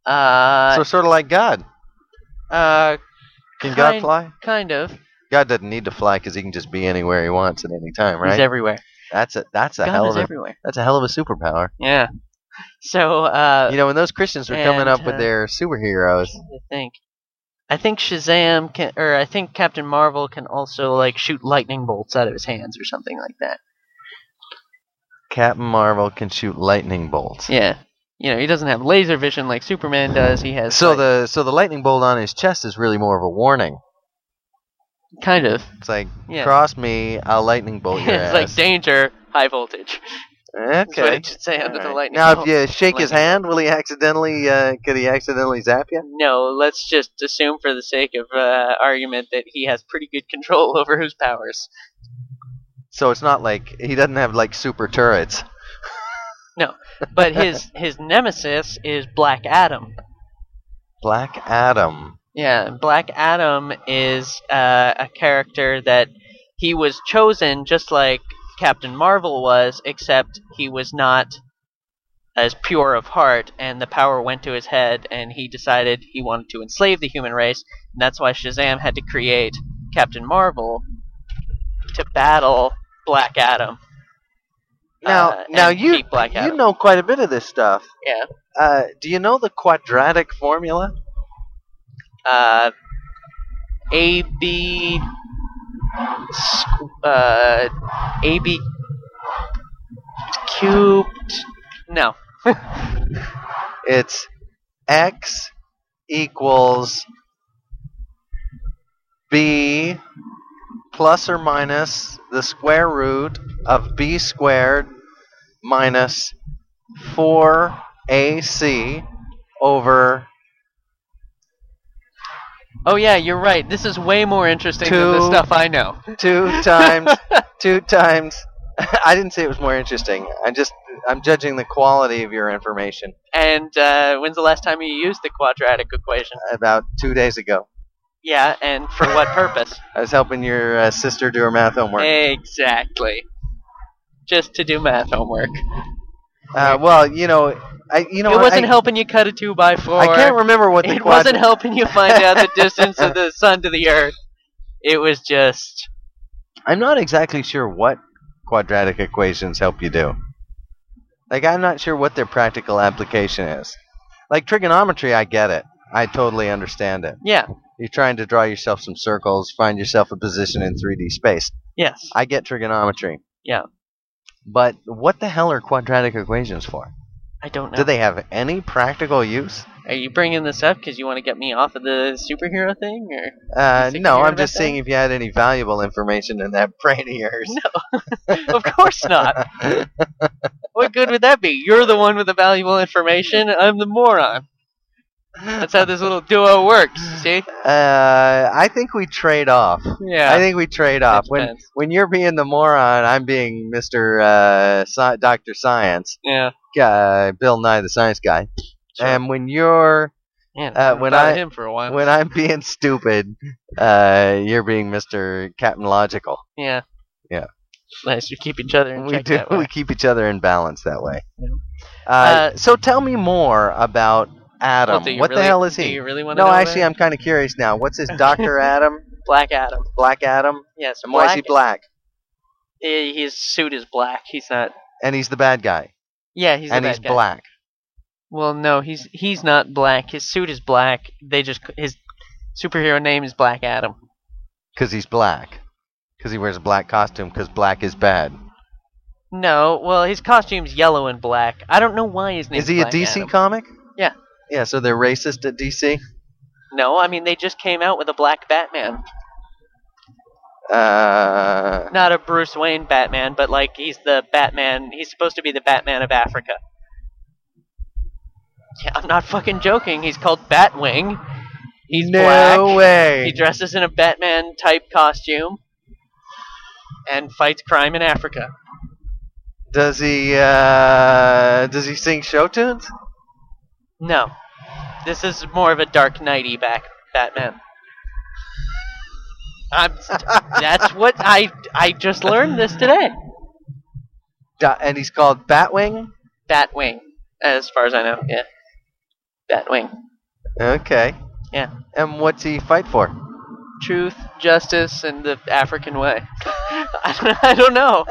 B: Uh,
A: so sort of like God.
B: uh,
A: Can God
B: kind,
A: fly?
B: kind of.
A: God doesn't need to fly because he can just be anywhere he wants at any time,
B: He's
A: right?
B: everywhere.
A: That's a that's a
B: God
A: hell
B: is
A: of a
B: everywhere.
A: that's a hell of a superpower.
B: Yeah. So uh,
A: You know, when those Christians were coming
B: and,
A: up with
B: uh,
A: their superheroes,
B: I think I think Shazam can, or I think Captain Marvel can also like shoot lightning bolts out of his hands or something like that.
A: Captain Marvel can shoot lightning bolts.
B: Yeah. You know, he doesn't have laser vision like Superman does. He has
A: so
B: like,
A: the so the lightning bolt on his chest is really more of a warning.
B: kind of
A: It's like
B: yeah.
A: cross me, I'll lightning bolt your
B: it's like
A: ass.
B: danger, high voltage. That's what
A: okay.
B: it should say under the
A: Alright.
B: lightning.
A: Now,
B: bolt.
A: if you shake his
B: lightning
A: hand, will he accidentally? Uh, could he accidentally zap you?
B: no, let's just assume for the sake of uh, argument that he has pretty good control over his powers.
A: So it's not like he doesn't have like super turrets.
B: But his his nemesis is Black Adam.
A: Black Adam.
B: Yeah, Black Adam is uh, a character that he was chosen just like Captain Marvel was, except he was not as pure of heart, and the power went to his head, and he decided he wanted to enslave the human race, and that's why Shazam had to create Captain Marvel to battle Black Adam.
A: Now,
B: uh,
A: now
B: and
A: you
B: keep Black
A: you
B: Adam.
A: know quite a bit of this stuff.
B: Yeah.
A: Uh, do you know the quadratic formula?
B: uh, A B squ- uh, A B cubed. No,
A: It's x equals b plus or minus the square root of b squared minus 4ac over
B: oh yeah, you're right. This is way more interesting than the
A: Two.
B: stuff I know.
A: 2 times 2 times I didn't say it was more interesting. I just I'm judging the quality of your information
B: And uh, when's the last time you used the quadratic equation?
A: about 2 days ago.
B: Yeah, and for what purpose?
A: I was helping your uh, sister do her math homework.
B: exactly. Just to do math homework.
A: Uh, well, you know, I you know
B: it
A: what,
B: wasn't
A: I,
B: helping you cut a two by four.
A: I can't remember what the
B: it
A: quad-
B: wasn't helping you find out the distance of the sun to the earth. It was just
A: I'm not exactly sure what quadratic equations help you do. Like I'm not sure what their practical application is. Like trigonometry, I get it. I totally understand it.
B: yeah,
A: You're trying to draw yourself some circles, find yourself a position in 3D space.
B: yes.
A: I get trigonometry.
B: Yeah.
A: But what the hell are quadratic equations for?
B: I don't know.
A: Do they have any practical use?
B: Are you bringing this up because you want to get me off of the superhero thing, or
A: Uh,
B: Is it
A: no,
B: clear
A: I'm
B: about
A: just seeing if you had any valuable information in that brain of yours.
B: of course not. What good would that be? You're the one with the valuable information. I'm the moron. That's how this little duo works. See?
A: Uh, I think we trade off. I
B: Yeah.
A: think we trade off. uh, When
B: depends.
A: when you're being the moron, I'm being Mr. Uh, Sci- Doctor Science,
B: yeah.
A: uh, Bill Nye the Science Guy.
B: Sure.
A: And when you're
B: Man,
A: uh,
B: I
A: when
B: thought of
A: I-
B: him for a while.
A: when I'm being stupid, uh, you're being Mr. Captain Logical.
B: yeah.
A: Yeah.
B: Nice. You keep each other in
A: We
B: check
A: do.
B: that way.
A: We keep each other in balance that way.
B: Yeah.
A: Uh, so tell me more about Adam.
B: Well, do you
A: what
B: really-
A: the hell is
B: do
A: he?
B: you really want to
A: No,
B: know
A: actually,
B: that?
A: I'm kind of curious now. What's his Doctor Adam?
B: Black Adam.
A: Black Adam?
B: Yes.
A: And why is he black?
B: he- his suit is black. He's not.
A: And he's the bad guy.
B: Yeah, he's. the
A: and
B: bad
A: he's
B: guy.
A: black.
B: Well, no, he's he's not black. His suit is black. They just his superhero name is Black Adam.
A: Because he's black. Because he wears a black costume because black is bad.
B: No, well, his costume's yellow and black. I don't know why his name
A: Is he a
B: Black
A: DC
B: Adam.
A: comic?
B: Yeah.
A: Yeah, so they're racist at DC?
B: No, I mean they just came out with a black Batman.
A: Uh,
B: Not a Bruce Wayne Batman, but like he's the Batman. He's supposed to be the Batman of Africa. Yeah, I'm not fucking joking. He's called Batwing. He's
A: no
B: black.
A: way.
B: He dresses in a Batman type costume and fights crime in Africa.
A: does he uh, does he sing show tunes?
B: No. This is more of a Dark Knighty back Batman. I'm, that's what I I just learned this today.
A: Da- and he's called Batwing?
B: Batwing, as far as I know. Yeah. Batwing.
A: Okay.
B: Yeah.
A: And what's he fight for?
B: Truth, justice, and the African way. I don't know.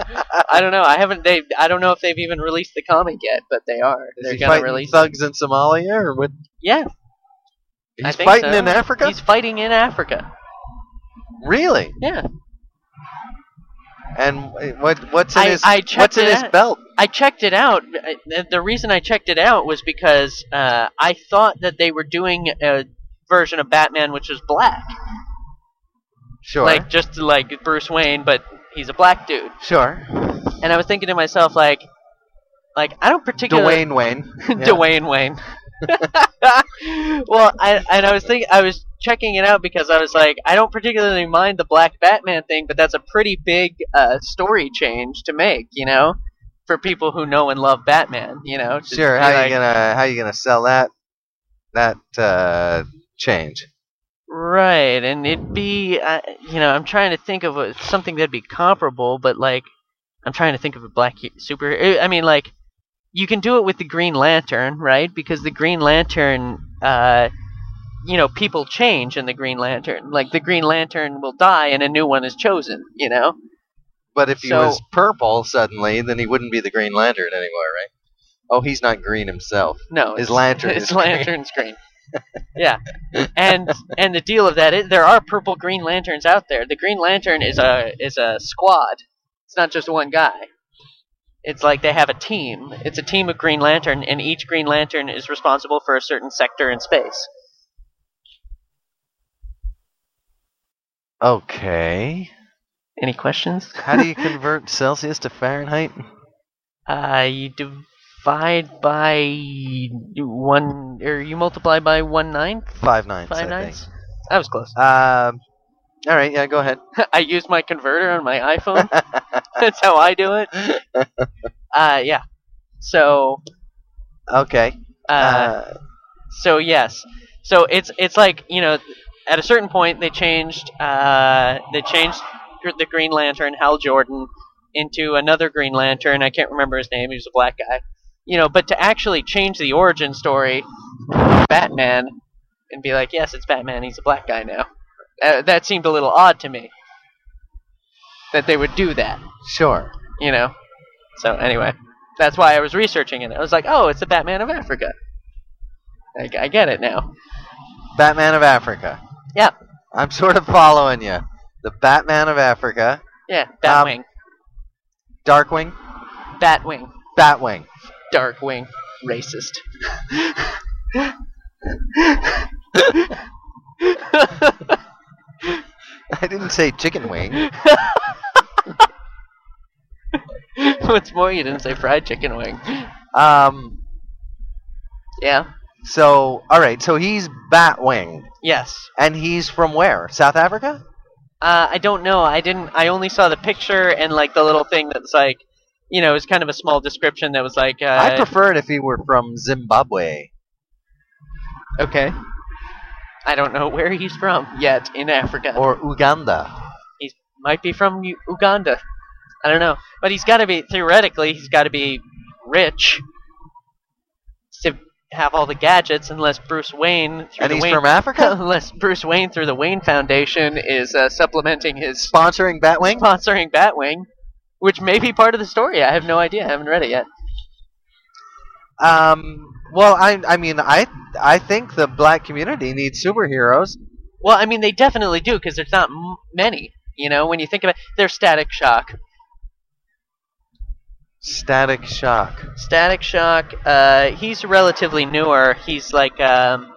B: I don't know. I haven't. They. I don't know if they've even released the comic yet, but they are.
A: Is
B: They're
A: he
B: gonna
A: fighting
B: release.
A: thugs in Somalia or what?
B: Yeah, I
A: He's
B: think
A: fighting
B: so.
A: in Africa?
B: he's fighting in Africa.
A: really?
B: Yeah.
A: And what what's in
B: I-
A: his
B: I
A: what's
B: checked
A: in
B: it
A: his
B: out.
A: belt?
B: I checked it out. I- the- The reason I checked it out was because uh, I thought that they were doing a version of Batman which was black,
A: Sure.
B: like just like Bruce Wayne, but he's a black dude.
A: sure.
B: And I was thinking to myself, like, like I don't particularly
A: Dwayne Wayne. yeah.
B: Dwayne Wayne. well, I and I was thinking I was checking it out because I was like, I don't particularly mind the black Batman thing, but that's a pretty big uh, story change to make, you know, for people who know and love Batman, you know. to
A: Sure.
B: be
A: How
B: like,
A: you gonna how you gonna sell that that uh, change?
B: Right, and it'd be, uh, you know, I'm trying to think of a, something that'd be comparable, but like, I'm trying to think of a black hu- superhero. I mean, like, you can do it with the Green Lantern, right? Because the Green Lantern, uh, you know, people change in the Green Lantern. Like, the Green Lantern will die and a new one is chosen, you know?
A: But if he
B: So-
A: was purple suddenly, then he wouldn't be the Green Lantern anymore, right? Oh, he's not green himself.
B: No,
A: His
B: it's-
A: lantern
B: It's
A: is green.
B: lantern screen. yeah, and and the deal of that is there are purple Green Lanterns out there. The Green Lantern is a is a squad. It's not just one guy. It's like they have a team. It's a team of Green Lantern, and each Green Lantern is responsible for a certain sector in space.
A: Okay.
B: Any questions?
A: How do you convert Celsius to Fahrenheit?
B: Uh, you divide by one, or you multiply by one ninth,
A: Five nines.
B: five
A: I
B: ninths. I was close.
A: Think. Um. All right. Yeah. Go ahead.
B: I use my converter on my iPhone. That's how I do it. Uh, yeah. So,
A: okay.
B: uh,
A: Uh,
B: so yes. So it's it's like you know, at a certain point they changed uh, they changed gr- the Green Lantern Hal Jordan into another Green Lantern. I can't remember his name. He was a black guy. You know, but to actually change the origin story, Batman, and be like, yes, it's Batman. He's a black guy now. Uh, that seemed a little odd to me. That they would do that
A: sure.
B: you know. So anyway, that's why I was researching it. I was like, oh, it's the Batman of Africa. I, I get it now.
A: Batman of Africa.
B: Yeah.
A: I'm sort of following you. The Batman of Africa.
B: Yeah, Batwing,
A: Darkwing.
B: Batwing,
A: Batwing.
B: Darkwing, racist.
A: I didn't say chicken wing.
B: What's more, you didn't say fried chicken wing.
A: Um.
B: Yeah.
A: So, all right. So he's Batwing,
B: Yes.
A: and he's from where? South Africa.
B: Uh, I don't know. I didn't. I only saw the picture and like the little thing that's like, you know, it was kind of a small description that was like. Uh,
A: I prefer it if he were from Zimbabwe.
B: okay. I don't know where he's from yet in Africa.
A: or Uganda.
B: might be from U- Uganda. I don't know, but he's got to be theoretically he's got to be rich to have all the gadgets unless Bruce Wayne through
A: And
B: the
A: he's
B: Wayne
A: from Africa?
B: unless Bruce Wayne through the Wayne Foundation is uh, supplementing his
A: Sponsoring Batwing?
B: sponsoring Batwing, which may be part of the story. I have no idea. I haven't read it yet.
A: Um, well, I, I mean, I, I think the black community needs superheroes.
B: Well, I mean, they definitely do because there's not m- many. You know, when you think about, there's Static Shock,
A: Static Shock.
B: Static Shock. Uh, he's relatively newer. He's like, um,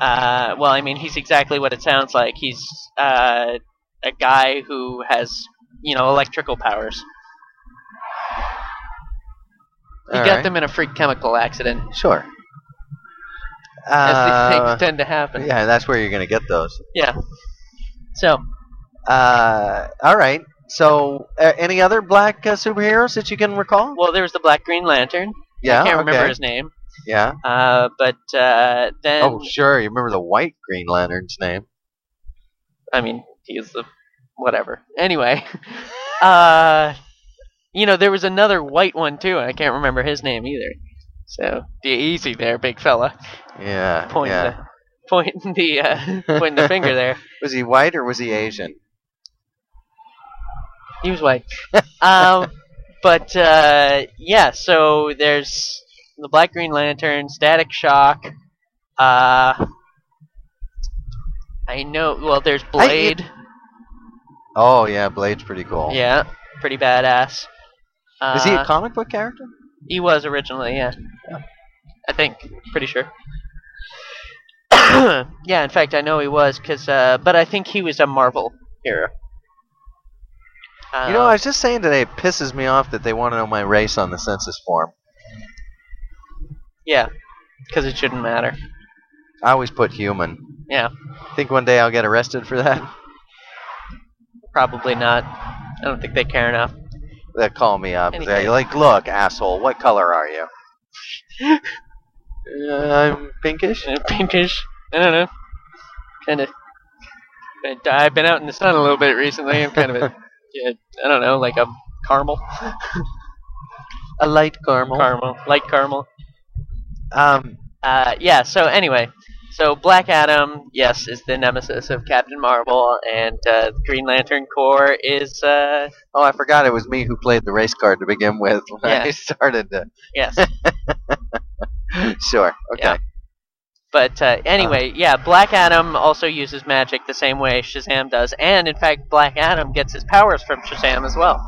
B: uh, well, I mean, he's exactly what it sounds like. He's uh, a guy who has, you know, electrical powers. He
A: All
B: got
A: right.
B: them in a freak chemical accident,
A: Sure.
B: as these
A: Uh,
B: things tend to happen.
A: yeah, that's where you're gonna get those.
B: So,
A: Uh, all right. So, uh, any other black uh, superheroes that you can recall?
B: well, there was the Black Green Lantern.
A: yeah.
B: I can't
A: okay.
B: remember his name.
A: Yeah.
B: Uh, but uh, then,
A: Oh, sure. You remember the white Green Lantern's name?
B: I mean, he is the whatever. Anyway, uh, you know, there was another white one too, and I can't remember his name either. So the easy there, big fella.
A: Yeah.
B: Point
A: yeah.
B: the point the uh, pointing the finger there.
A: Was he white or was he Asian?
B: He was white. Um, but uh, yeah, so there's the Black Green Lantern, Static Shock. Uh, I know. Well, there's Blade.
A: Oh yeah, Blade's pretty cool.
B: Yeah, pretty badass. Uh,
A: Is he a comic book character?
B: He was originally, yeah.
A: Yeah.
B: I think, pretty sure. yeah, in fact, I know he was, cause, uh, but I think he was a Marvel hero. Um, Uh,
A: you know, I was just saying today, it pisses me off that they want to know my race on the census form.
B: yeah, because it shouldn't matter.
A: I always put human.
B: Yeah.
A: Think one day I'll get arrested for that?
B: Probably not. I don't think they care enough.
A: They'll call me up. and
B: Anyway.
A: They're like, "Look, asshole, what color are you?" "Uh, I'm pinkish.
B: Uh, Pinkish. I don't know. Kind of. I've been out in the sun a little bit recently. I'm kind of a, yeah, I don't know, like a caramel,
A: A light caramel.
B: caramel, light caramel.
A: um,
B: Uh, yeah, so anyway, so Black Adam, yes, is the nemesis of Captain Marvel, and uh, Green Lantern Corps is, uh,
A: oh, I forgot it was me who played the race card to begin with when I
B: Yeah.
A: started to.
B: yes.
A: Sure. Okay.
B: Yeah. But uh, anyway, yeah, Black Adam also uses magic the same way Shazam does, and in fact, Black Adam gets his powers from Shazam as well.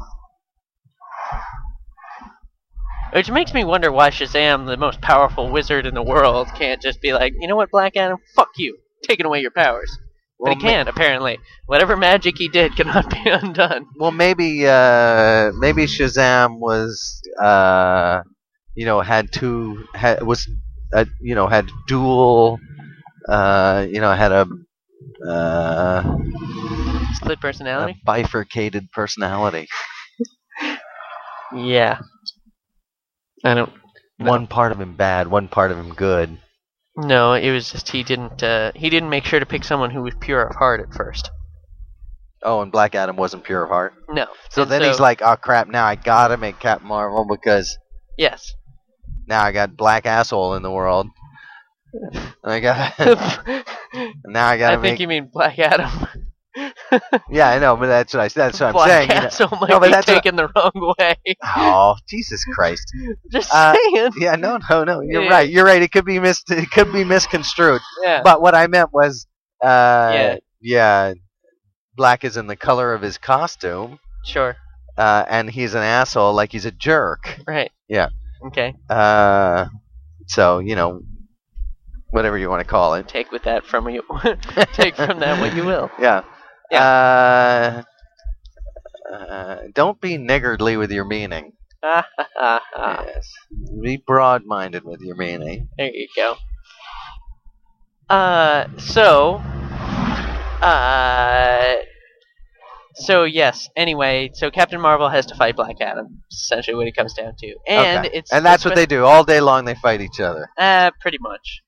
B: Which makes me wonder why Shazam, the most powerful wizard in the world, can't just be like, you know what, Black Adam, fuck you, taking away your powers.
A: Well,
B: but
A: ma-
B: he can, apparently. Whatever magic he did cannot be undone.
A: well, maybe uh, maybe Shazam was uh, you know had two had, was uh, you know had dual uh, you know had a, uh,
B: Split
A: a
B: personality?
A: bifurcated personality.
B: Yeah. I don't No.
A: One part of him bad, one part of him good.
B: No, it was just he didn't uh, he didn't make sure to pick someone who was pure of heart at first.
A: Oh, and Black Adam wasn't pure of heart.
B: No.
A: So
B: And
A: then he's like, "Oh crap! Now I gotta make Captain Marvel because
B: Yes.
A: now I got black asshole in the world. And I got
B: I
A: now I gotta
B: think
A: make
B: you mean Black Adam.
A: yeah I know, but that's what I that's what I'm
B: Black
A: saying. you know.
B: Castle might
A: No, but
B: be
A: that's what-
B: taken the wrong way.
A: Oh Jesus Christ!
B: just
A: Uh,
B: saying.
A: Yeah, no, no, no. You're
B: Yeah.
A: right. You're right. It could be mis it could be misconstrued.
B: Yeah.
A: But what I meant was, uh,
B: Yeah.
A: yeah, black is in the color of his costume,
B: Sure.
A: uh, and he's an asshole, like he's a jerk.
B: Right.
A: Yeah.
B: Okay.
A: Uh, so you know, whatever you want to call it.
B: Take with that from what you take from that what you will.
A: Yeah. Uh, uh, don't be niggardly with your meaning.
B: Ah, ah, ah, ah.
A: Yes. Be broad-minded with your meaning.
B: There you go. Uh, so, uh, so yes. Anyway, so Captain Marvel has to fight Black Adam. Essentially, what it comes down to, and
A: Okay.
B: it's
A: And that's what they do all day long. They fight each other.
B: uh, pretty much.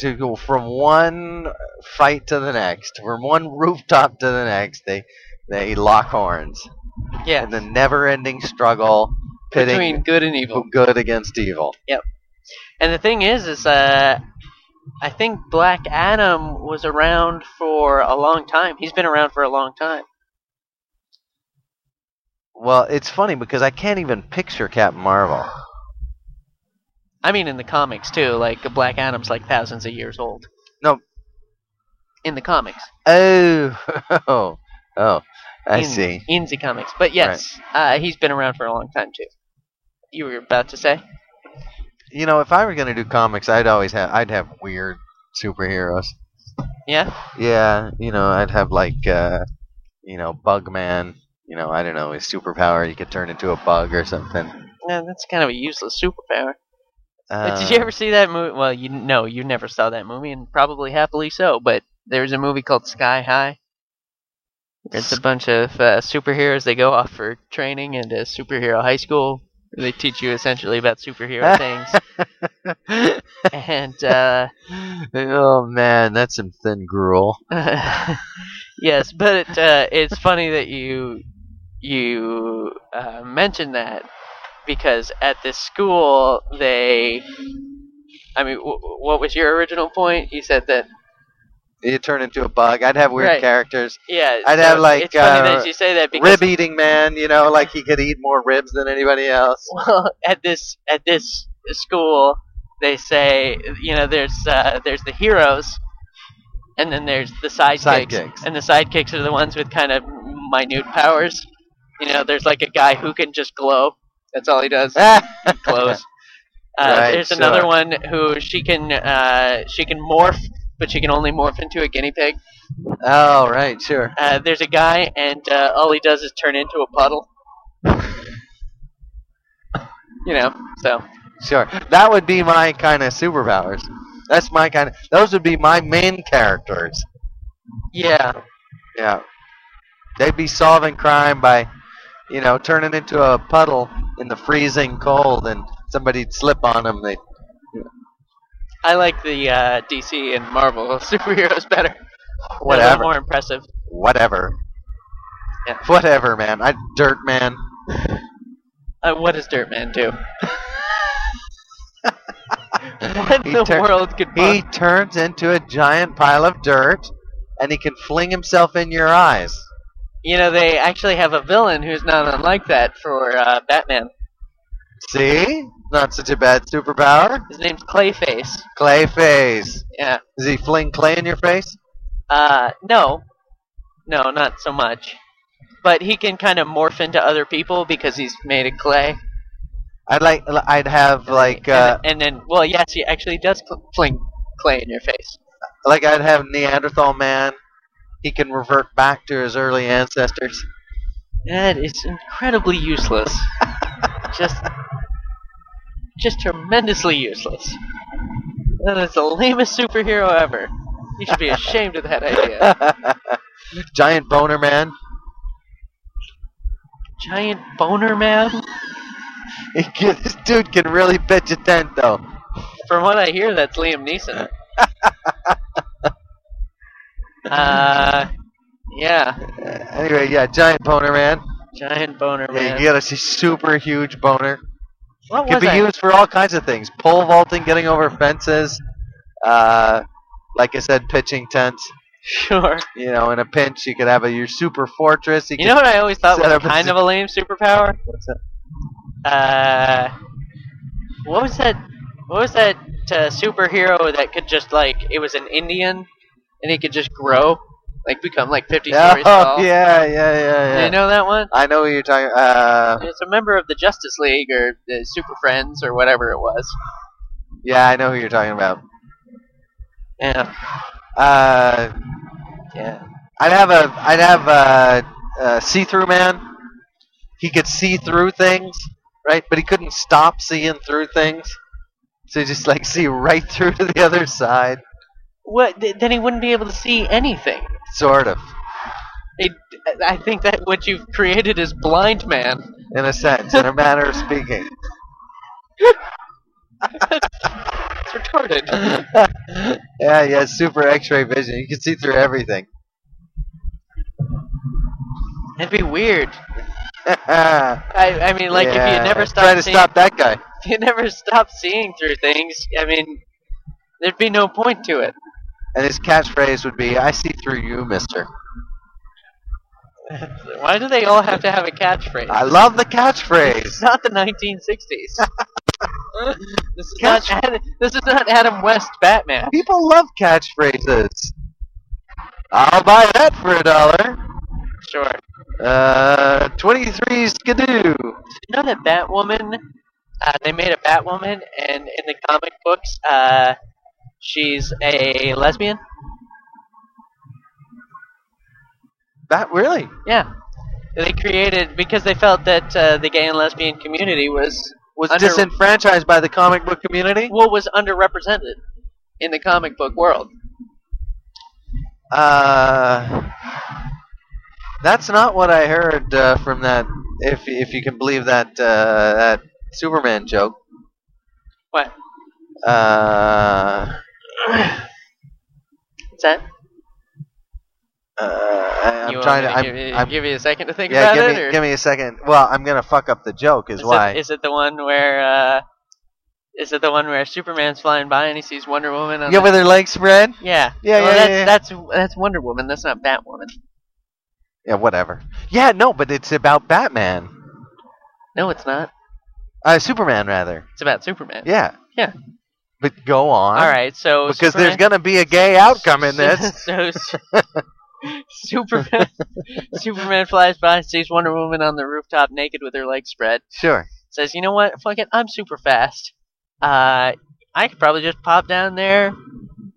A: to go from one fight to the next, from one rooftop to the next. They they lock horns
B: Yeah,
A: in the never-ending struggle pitting
B: between good and evil.
A: good against evil.
B: And the thing is, is uh, I think Black Adam was around for a long time. He's been around for a long time.
A: Well, it's funny because I can't even picture Captain Marvel.
B: I mean, in the comics too. Like Black Adam's like thousands of years old.
A: No.
B: In the comics.
A: Oh, oh, oh! I
B: in,
A: see.
B: In the comics, but yes, uh, he's been around for a long time too. You were about to say.
A: You know, if I were gonna do comics, I'd always have I'd have weird superheroes.
B: Yeah?
A: Yeah, you know, I'd have like, uh, you know, Bugman. You know, I don't know his superpower. He could turn into a bug or something.
B: Yeah, that's kind of a useless superpower. But
A: Uh,
B: did you ever see that movie? Well, you no, you never saw that movie, and probably happily so. But there's a movie called Sky High. It's a bunch of uh, superheroes. They go off for training into superhero high school. They teach you essentially about superhero things, and uh,
A: oh man, that's some thin gruel.
B: yes, but it, uh, it's funny that you you uh, mentioned that because at this school they, I mean, w- what was your original point? You said that
A: He'd turn into a bug. I'd have weird
B: Right.
A: characters.
B: Yeah,
A: I'd have, like,
B: it's funny
A: uh,
B: that you say that because
A: Rib eating man. You know, like he could eat more ribs than anybody else.
B: well, at this at this school they say you know there's uh, there's the heroes and then there's the sidekicks,
A: Sidekicks.
B: and the sidekicks are the ones with kind of minute powers. You know, there's like a guy who can just glow. That's all he does.
A: Ah,
B: Glows. Uh,
A: Right,
B: there's another
A: sure.
B: one who she can uh, she can morph, but she can only morph into a guinea pig.
A: oh right, sure.
B: Uh, there's a guy, and uh, all he does is turn into a puddle. you know, so
A: Sure. That would be my kind of superpowers. That's my kind of. Those would be my main characters.
B: yeah,
A: Yeah. They'd be solving crime by, you know, turning into a puddle in the freezing cold, and somebody'd slip on them. They
B: I like the uh, DC and Marvel superheroes better. They're a little
A: whatever,
B: more impressive.
A: whatever,
B: Yeah.
A: whatever, man. I dirt man.
B: Uh, what does Dirtman do? what in
A: He
B: the
A: tur-
B: world could
A: He
B: be?
A: turns into a giant pile of dirt, and he can fling himself in your eyes.
B: You know, they actually have a villain who's not unlike that for uh, Batman.
A: See, not such a bad superpower.
B: His name's Clayface.
A: Clayface.
B: Yeah.
A: Does he fling clay in your face?
B: Uh, no, no, not so much. But he can kind of morph into other people because he's made of clay.
A: I'd like. I'd have like.
B: and,
A: Uh,
B: and then, well, yes, he actually does cl- fling clay in your face.
A: like I'd have Neanderthal man. He can revert back to his early ancestors.
B: That is incredibly useless. just, just tremendously useless. That is the lamest superhero ever. You should be ashamed of that idea.
A: Giant boner man.
B: Giant boner man.
A: He can, this dude can really pitch a tent though.
B: From what I hear, that's Liam Neeson. uh, yeah,
A: Anyway, yeah, giant boner man.
B: giant boner
A: Yeah,
B: man.
A: you got a super huge boner.
B: What
A: Could
B: was
A: be
B: I?
A: used for all kinds of things: pole vaulting, getting over fences. Uh, like I said, pitching tents.
B: Sure.
A: You know, in a pinch, you could have a your super fortress. You,
B: You know what I always thought
A: Set
B: was
A: up a
B: kind
A: zoo-
B: of a lame superpower?
A: What's that?
B: Uh, what was that? What was that uh, superhero that could just like it was an Indian and he could just grow, like become like fifty stories
A: Oh,
B: tall?
A: yeah, yeah, yeah, yeah.
B: You know that one?
A: I know what you're talking. Uh,
B: It's a member of the Justice League or the Super Friends or whatever it was.
A: yeah, I know who you're talking about.
B: Yeah.
A: Uh,
B: Yeah.
A: I'd have a, I'd have a, a see-through man. He could see through things, right? But he couldn't stop seeing through things. So he just like see right through to the other side,
B: What? Th- then he wouldn't be able to see anything.
A: sort of,
B: It, I think that what you've created is blind man.
A: in a sense, in a manner of speaking.
B: It's retarded.
A: yeah, yeah, super X-ray vision. You can see through everything.
B: That'd be weird.
A: like
B: I, I mean, like if you
A: try
B: never stop
A: to
B: seeing,
A: stop that guy.
B: if you never stopped seeing through things, I mean, there'd be no point to it.
A: And his catchphrase would be, I see through you, mister.
B: Why do they all have to have a catchphrase?
A: I love the catchphrase.
B: It's not the 1960s. this is not Adam, this is not Adam West Batman.
A: People love catchphrases. I'll buy that for a dollar.
B: Sure.
A: Uh, 23 skidoo.
B: You know that Batwoman? Uh, they made a Batwoman, and in the comic books, uh, she's a lesbian.
A: That really?
B: Yeah, they created because they felt that uh, the gay and lesbian community was
A: Was
B: Under-
A: disenfranchised by the comic book community?
B: well was underrepresented in the comic book world.
A: Uh, that's not what I heard uh, from that. If if you can believe that uh, that Superman joke.
B: What?
A: Uh,
B: What's that?
A: uh, I- I'm
B: you
A: trying to.
B: want me
A: I'm,
B: give, you-
A: I'm-
B: give you a second to think
A: yeah,
B: about
A: give
B: it.
A: me
B: or
A: give me a second. Well, I'm gonna fuck up the joke. Is
B: is,
A: why.
B: It, is it the one where? Uh, is it the one where Superman's flying by and he sees Wonder Woman? On
A: yeah,
B: the-
A: with her legs Oh, spread.
B: yeah.
A: Yeah,
B: Well,
A: yeah,
B: that's,
A: yeah, yeah.
B: that's that's Wonder Woman. That's not Batwoman.
A: Yeah, whatever. Yeah, no, but it's about Batman.
B: No, it's not.
A: Uh, Superman, rather.
B: It's about Superman.
A: Yeah.
B: Yeah.
A: But go on.
B: All right, so
A: Because
B: Superman-
A: there's gonna be a gay outcome in this.
B: So, so- Superman, Superman flies by, sees Wonder Woman on the rooftop naked with her legs spread.
A: sure.
B: Says, "You know what? Fuck it, I'm super fast. Uh, I could probably just pop down there,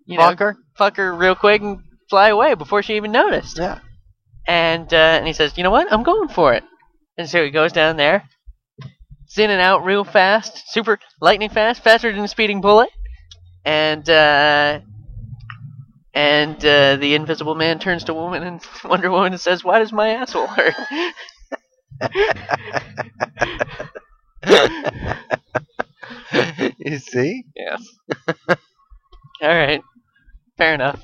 B: you know,
A: Fuck her.
B: fuck her real quick and fly away before she even noticed."
A: Yeah.
B: And uh, and he says, "You know what? I'm going for it." And so he goes down there, it's in and out real fast, super lightning fast, faster than a speeding bullet. And uh, and uh, the Invisible Man turns to Woman and Wonder Woman and says, "Why does my asshole hurt?"
A: you see?
B: yes. All right. Fair enough.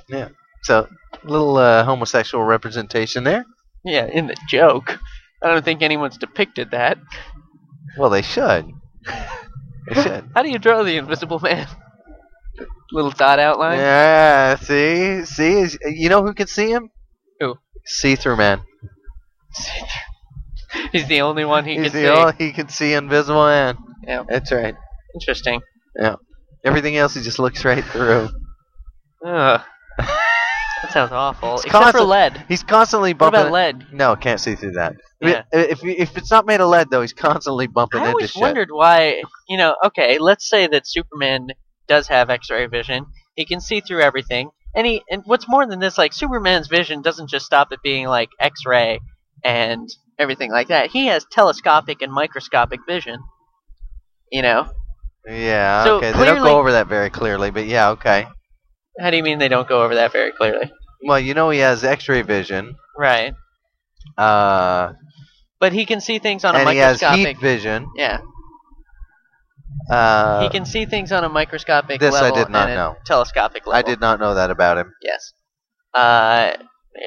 A: So, little uh, homosexual representation there.
B: Yeah, in the joke. I don't think anyone's depicted that.
A: Well, they should. They should.
B: How do you draw the Invisible Man? Little dot outline.
A: Yeah, see? See? Is- You know who can see him?
B: Who?
A: See through man.
B: He's the only one he
A: He's
B: can
A: the
B: see.
A: only he can see invisible man.
B: Yeah.
A: That's right.
B: Interesting.
A: Everything else he just looks right through.
B: Ugh. that sounds awful.
A: It's
B: Except for
A: constant-
B: lead.
A: He's constantly
B: What
A: bumping.
B: about lead?
A: No, can't see through that. I-
B: Yeah.
A: If if it's not made of lead though, he's constantly bumping
B: I
A: into
B: always
A: shit.
B: wondered why. You know, okay, let's say that Superman does have X-ray vision. He can see through everything. And he, and what's more than this, like Superman's vision doesn't just stop at being like X-ray and everything like that. He has telescopic and microscopic vision. You know,
A: Yeah.
B: So
A: okay. they don't
B: clearly-
A: go over that very clearly, but yeah. Okay.
B: how do you mean they don't go over that very clearly?
A: Well, you know he has X-ray vision.
B: Right.
A: Uh,
B: But he can see things on a
A: and he has
B: microscopic.
A: heat vision.
B: yeah,
A: Uh,
B: he can see things on a microscopic
A: this I
B: level
A: did not
B: and a
A: know.
B: telescopic level.
A: I did not know that about him.
B: Yes. Uh,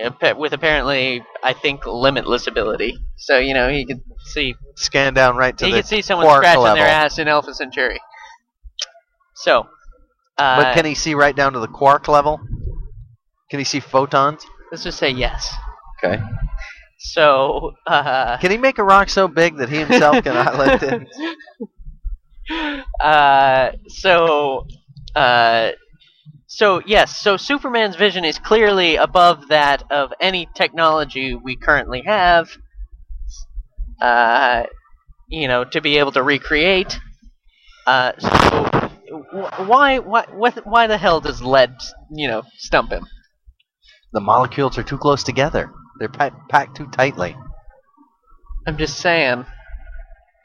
B: appa- with apparently, I think, limitless ability. So, you know, he could see
A: Scan down right to
B: he
A: the.
B: could see someone
A: quark
B: scratching
A: level.
B: their ass in Alpha Centauri. So, uh,
A: but can he see right down to the quark level? Can he see photons?
B: let's just say yes.
A: Okay.
B: So, uh,
A: Can he make a rock so big that he himself cannot lift it?
B: uh, so, uh, so yes, so Superman's vision is clearly above that of any technology we currently have. Uh, you know, to be able to recreate. Uh, so wh- why, why, what, why the hell does lead, you know, stump him?
A: The molecules are too close together. They're pa- packed too tightly.
B: I'm just saying.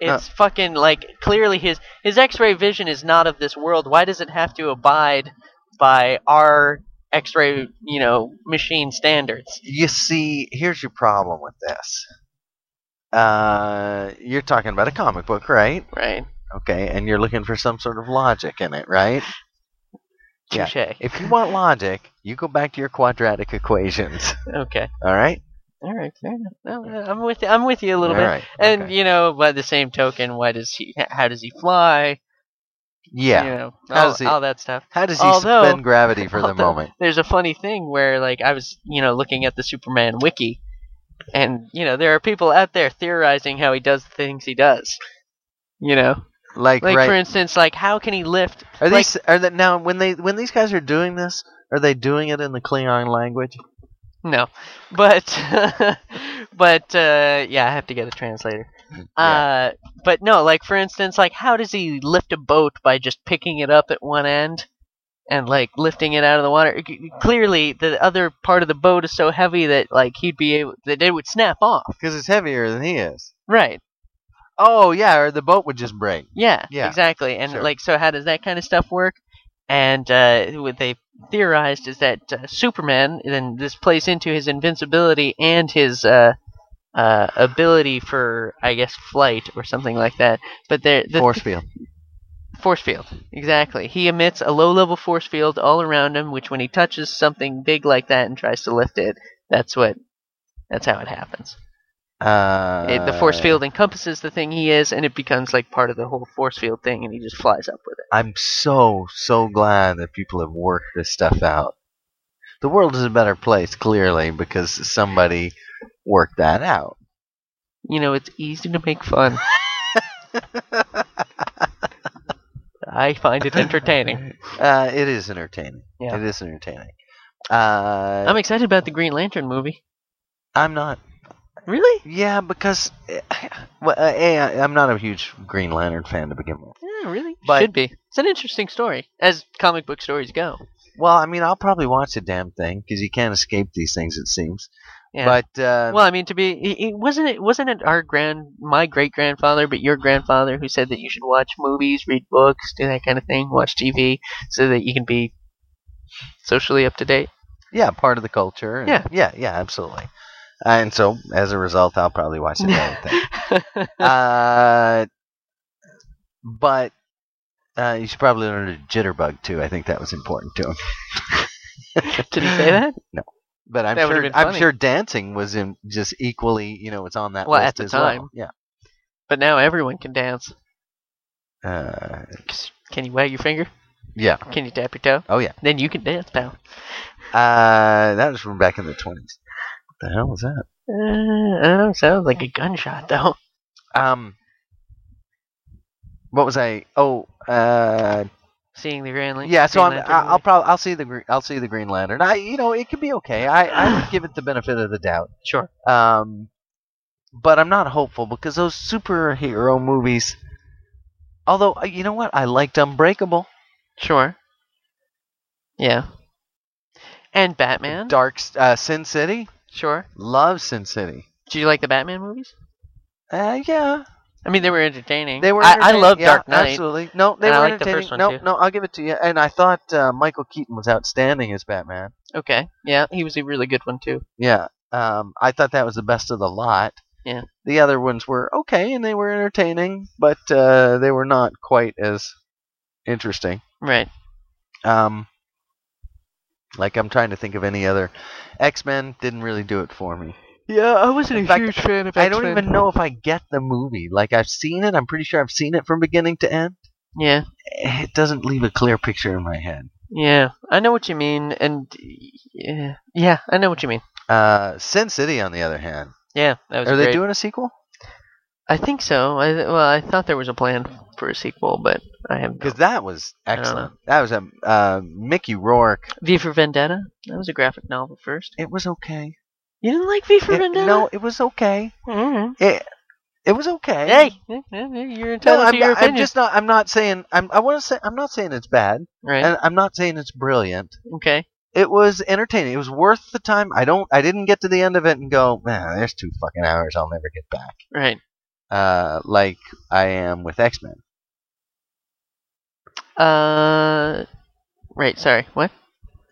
B: It's fucking like clearly his his X-ray vision is not of this world. Why does it have to abide by our X-ray, you know, machine standards?
A: You see, here's your problem with this. Uh, you're talking about a comic book, right?
B: Right?
A: Okay, and you're looking for some sort of logic in it, right? Yeah.
B: Touche.
A: If you want logic, you go back to your quadratic equations.
B: Okay.
A: All right.
B: All right, fair enough. No, I'm with you. I'm with you a little
A: All
B: bit.
A: right,
B: And
A: okay.
B: you know, by the same token, why does he? How does he fly?
A: yeah.
B: You know,
A: How
B: all,
A: does he-
B: all that stuff.
A: How does he
B: although-
A: suspend gravity for the
B: although-
A: moment?
B: There's a funny thing where, like, I was, you know, looking at the Superman wiki, and you know, there are people out there theorizing how he does the things he does. You know,
A: Like,
B: like
A: right?
B: for instance, like how can he lift?
A: are
B: like-
A: these are that now when they when these guys are doing this? Are they doing it in the Klingon language?
B: No, but but uh, yeah, I have to get a translator. Uh, but no, like for instance, like how does he lift a boat by just picking it up at one end and like lifting it out of the water? C- Clearly, the other part of the boat is so heavy that like he'd be able that it would snap off.
A: Because it's heavier than he is.
B: Right.
A: Oh yeah, or the boat would just break.
B: Yeah.
A: Yeah,
B: Exactly. And
A: sure.
B: like, so how does that kind of stuff work? And uh, what they theorized is that uh, Superman, then this plays into his invincibility and his uh, uh, ability for, I guess, flight or something like that. But there, the
A: Force field.
B: force field, exactly. He emits a low-level force field all around him, which when he touches something big like that and tries to lift it, that's what, that's how it happens.
A: Uh,
B: It- the force field encompasses the thing he is, and it becomes like part of the whole force field thing, and he just flies up with it.
A: I'm so so glad that people have worked this stuff out. The world is a better place, clearly, because somebody worked that out.
B: You know, it's easy to make fun. I find it entertaining.
A: Uh, it is entertaining.
B: Yeah.
A: It is entertaining. Uh,
B: I'm excited about the Green Lantern movie.
A: I'm not.
B: Really?
A: Yeah, because eh, well, uh, A, I- I'm not a huge Green Lantern fan to begin with.
B: Yeah, really?
A: But-
B: Should be. It's an interesting story, as comic book stories go.
A: Well, I mean, I'll probably watch the damn thing because you can't escape these things, it seems.
B: Yeah.
A: But uh,
B: well, I mean, to be it, it- wasn't it wasn't it our grand my great grandfather, but your grandfather who said that you should watch movies, read books, do that kind of thing, watch TV, so that you can be socially up to date.
A: yeah, part of the culture. and-
B: Yeah.
A: yeah, yeah, absolutely. Uh, And so, as a result, I'll probably watch the damn thing. Uh, but uh, you should probably learn to jitterbug too. I think that was important to him.
B: Did he say that?
A: But I'm
B: That would've
A: sure
B: been
A: I'm
B: funny.
A: sure dancing was in just equally. You know, it's on that
B: Well,
A: list
B: at the
A: as well.
B: time. But now everyone can dance.
A: Yeah. Uh,
B: 'Cause Can you wag your finger?
A: yeah.
B: Can you tap your toe?
A: Oh yeah.
B: Then you can dance, pal.
A: Uh, that was from back in the twenties. What the hell was that?
B: Uh, I don't know. Sounds like a gunshot, though.
A: Um, what was I? Oh, uh,
B: Seeing the Grand Lantern.
A: yeah. So I'm, I- I'll probably I'll see the Gre- I'll see the Green Lantern. I you know it could be okay. I I would give it the benefit of the doubt.
B: sure.
A: Um, but I'm not hopeful because those superhero movies. Although uh, you know what, I liked Unbreakable,
B: Sure. Yeah. And Batman.
A: Dark S- uh, Sin City.
B: Sure.
A: Love Sin City.
B: Do you like the Batman movies?
A: Uh, yeah,
B: I mean, they were entertaining.
A: they were.
B: I, I
A: entertaining.
B: love
A: Yeah,
B: Dark Knight.
A: Absolutely, no, they
B: And I
A: were
B: like the
A: entertaining.
B: first one,
A: no,
B: too.
A: no, I'll give it to you. And I thought uh, Michael Keaton was outstanding as Batman.
B: Okay. Yeah, he was a really good one too.
A: Yeah, um, I thought that was the best of the lot.
B: Yeah.
A: The other ones were okay, and they were entertaining, but uh, they were not quite as interesting.
B: Right.
A: Um, like I'm trying to think of any other X Men didn't really do it for me.
B: Yeah, I wasn't
A: a In fact, huge
B: fan of
A: I don't even know if I get the movie. Like I've seen it. I'm pretty sure I've seen it from beginning to end.
B: Yeah.
A: It doesn't leave a clear picture in my head.
B: Yeah. I know what you mean, and yeah, yeah, I know what you mean.
A: Uh, Sin City, on the other hand,
B: Yeah, that was
A: are
B: great.
A: they doing a sequel?
B: I think so. I well, I thought there was a plan for a sequel, but I haven't.
A: Because that was
B: know.
A: excellent. That was a uh, Mickey Rourke.
B: V for Vendetta. That was a graphic novel first.
A: It was okay.
B: You didn't like V for
A: It-
B: Vendetta?
A: no, it was okay.
B: Mm.
A: It it was okay.
B: Hey, eh, eh, eh, you're
A: No,
B: entitled
A: I'm,
B: to your
A: I'm
B: opinion.
A: just not. I'm not saying. I'm. I want to say. I'm not saying it's bad.
B: right.
A: and I'm not saying it's brilliant.
B: okay.
A: It was entertaining. It was worth the time. I don't. I didn't get to the end of it and go, man, there's two fucking hours. I'll never get back.
B: Right.
A: Uh, like I am with X Men.
B: Uh. Right. Sorry. What?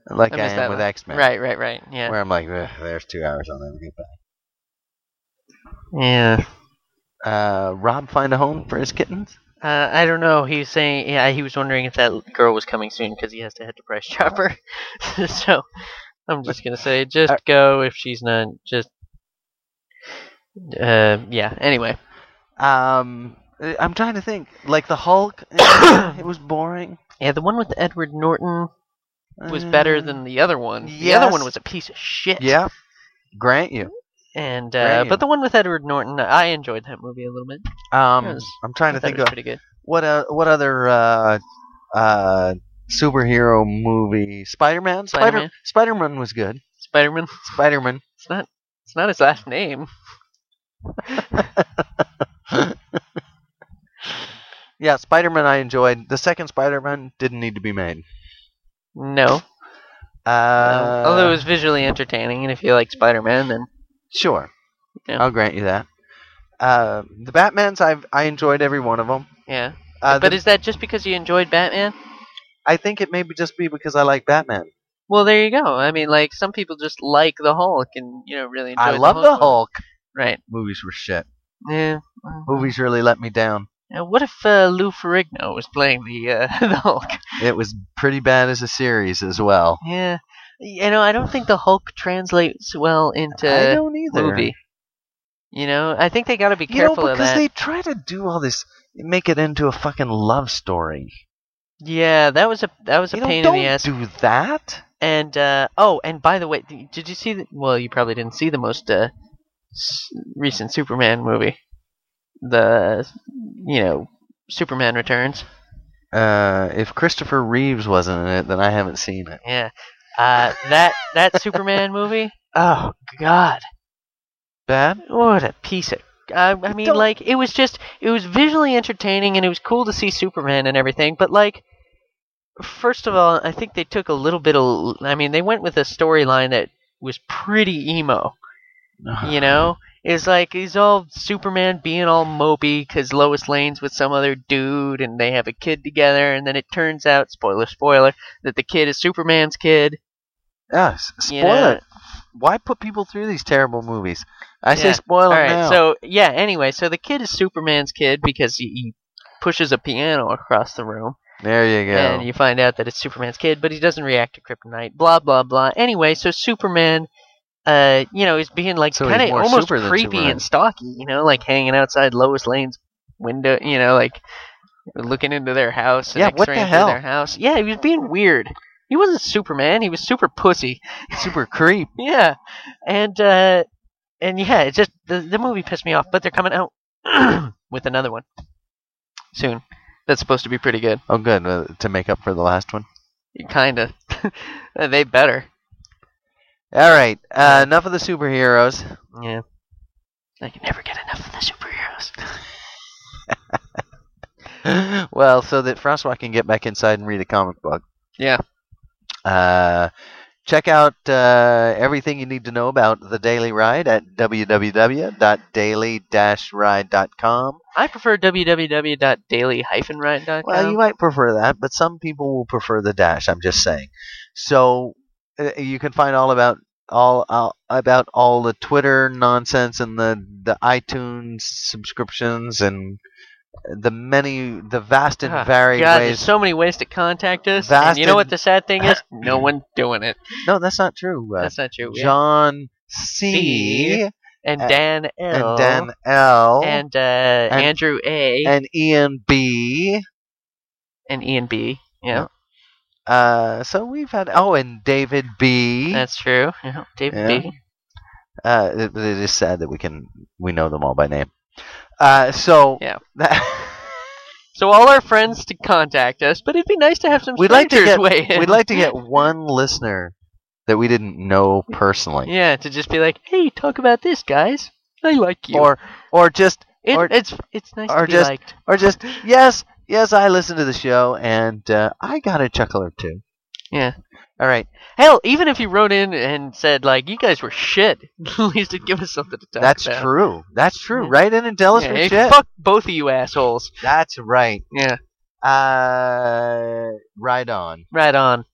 A: Like
B: I
A: I,
B: missed
A: am
B: that
A: with
B: one.
A: X Men.
B: Right. Right. Right. Yeah.
A: Where I'm like, "Ugh, there's two hours. I'll never get back.
B: Yeah.
A: Uh, Rob find a home for his kittens.
B: Uh, I don't know. He was saying, yeah, he was wondering if that l- girl was coming soon because he has to head to Price Chopper. so I'm just gonna say, just
A: Uh,
B: go if she's not. Just Uh, yeah. Anyway,
A: Um, uh, I'm trying to think. Like the Hulk, eh, it was boring.
B: yeah, the one with Edward Norton was better
A: Uh,
B: than the other one. The other one
A: yes.
B: was a piece of shit.
A: Yeah, grant you.
B: And uh,
A: Damn.
B: but the one with Edward Norton, I enjoyed that movie a little bit.
A: Um,
B: Yes.
A: I'm trying
B: I
A: to
B: thought it
A: think
B: was
A: of
B: pretty good.
A: what uh, what other uh, uh, superhero movie? Spider-Man.
B: Spider-Man.
A: Spider Spider-Man was good.
B: Spider-Man.
A: Spider-Man.
B: It's not. It's not his last name.
A: Yeah, Spider-Man. I enjoyed the second Spider-Man. Didn't need to be made.
B: No.
A: Uh,
B: Um, although it was visually entertaining, and if you like Spider-Man, then
A: sure,
B: Yeah.
A: I'll grant you that. Uh, the Batman's I've I enjoyed every one of them.
B: yeah.
A: Uh,
B: but
A: the-
B: is that just because you enjoyed Batman?
A: I think it may be just be because I like Batman.
B: Well, there you go. I mean, like some people just like the Hulk, and you know, really enjoy.
A: I love the Hulk.
B: Right.
A: Movies were shit.
B: Yeah.
A: Movies really let me down.
B: Now, what if uh, Lou Ferrigno was playing the uh, the Hulk?
A: It was pretty bad as a series as well.
B: Yeah. You know, I don't think the Hulk translates well into
A: I don't either.
B: movie. You know, I think they got to be
A: You know,
B: careful of
A: because
B: that.
A: they try to do all this, make it into a fucking love story.
B: Yeah, that was a that was a
A: You know,
B: pain
A: don't
B: in the ass.
A: do that.
B: And uh, oh, and by the way, d- did you see? The, well, you probably didn't see the most uh, s- recent Superman movie, the you know Superman Returns.
A: Uh, if Christopher Reeves wasn't in it, then I haven't seen it.
B: Yeah, uh, that that Superman movie. Oh God,
A: Bad?
B: what a piece of. I, I mean,
A: Don't-
B: like it was just it was visually entertaining and it was cool to see Superman and everything, but like. First of all, I think they took a little bit of. I mean, they went with a storyline that was pretty emo.
A: Uh-huh.
B: you know it's like he's all superman being all mopey because lois lane's with some other dude and they have a kid together and then it turns out spoiler spoiler that the kid is superman's kid
A: Yeah, s-
B: You
A: spoil
B: know-
A: it. Why put people through these terrible movies? I
B: Yeah.
A: say spoil
B: all
A: it
B: right
A: now.
B: so yeah anyway so the kid is superman's kid because he, he pushes a piano across the room
A: there you go.
B: and you find out that it's Superman's kid, but he doesn't react to kryptonite. Blah blah blah. Anyway, so Superman, uh, you know, is being like
A: So he's
B: kind of
A: more
B: almost
A: super than
B: creepy
A: Superman.
B: and stalky. You know, like hanging outside Lois Lane's window. You know, like looking into their house. And
A: Yeah, what the
B: X-raying through
A: hell?
B: Their house. Yeah, he was being weird. He wasn't Superman. He was super pussy.
A: Super creep.
B: Yeah, and uh, and yeah, it just the the movie pissed me off. But they're coming out with another one soon. That's supposed to be pretty good.
A: Oh, good. Uh, to make up for the last one.
B: Kinda. they better.
A: All right. Uh, enough of the superheroes.
B: Yeah. I can never get enough of the superheroes.
A: well, so that Francois can get back inside and read a comic book.
B: Yeah.
A: Uh, check out uh, everything you need to know about The Daily Ride at www.daily-ride.com.
B: I prefer www.daily-ride.com.
A: Well, you might prefer that, but some people will prefer the dash. I'm just saying. So uh, you can find all about all all- about all the Twitter nonsense and the the iTunes subscriptions and the many the vast and
B: Ah,
A: varied
B: God,
A: ways.
B: there's so many ways to contact us. And
A: Vast
B: you know what
A: and-
B: the sad thing is? No one's doing it.
A: no, that's not true. Uh,
B: That's not true. Yeah.
A: John C,
B: C. And
A: uh,
B: Dan L.
A: and Dan L
B: And, E. uh, Andrew A.
A: and Ian B.
B: and Ian B. Yeah,
A: Yeah. Uh, so we've had oh, and David B.
B: that's true. Yeah, David
A: Yeah.
B: B.
A: Uh, it, it is sad that we can we know them all by name. Uh, so
B: Yeah.
A: that-
B: So all our friends to contact us, but it'd be nice to have some
A: We'd like to
B: strangers
A: get-
B: weigh in.
A: we'd like to get one listener that we didn't know personally,
B: Yeah, to just be like, hey, talk about this, guys. I like you.
A: or or just
B: It,
A: or-
B: it's it's nice to
A: or
B: be
A: just-
B: liked.
A: or just yes, yes, I listened to the show and uh, I got a chuckle or two.
B: Yeah.
A: All right,
B: Hell, even if you wrote in and said like you guys were shit, at least it'd give us something to talk
A: that's
B: about.
A: true. That's true.
B: Yeah.
A: Write in and tell us
B: Yeah,
A: your
B: hey,
A: shit.
B: Fuck both of you assholes.
A: That's right.
B: Yeah,
A: Uh, right on.
B: right on.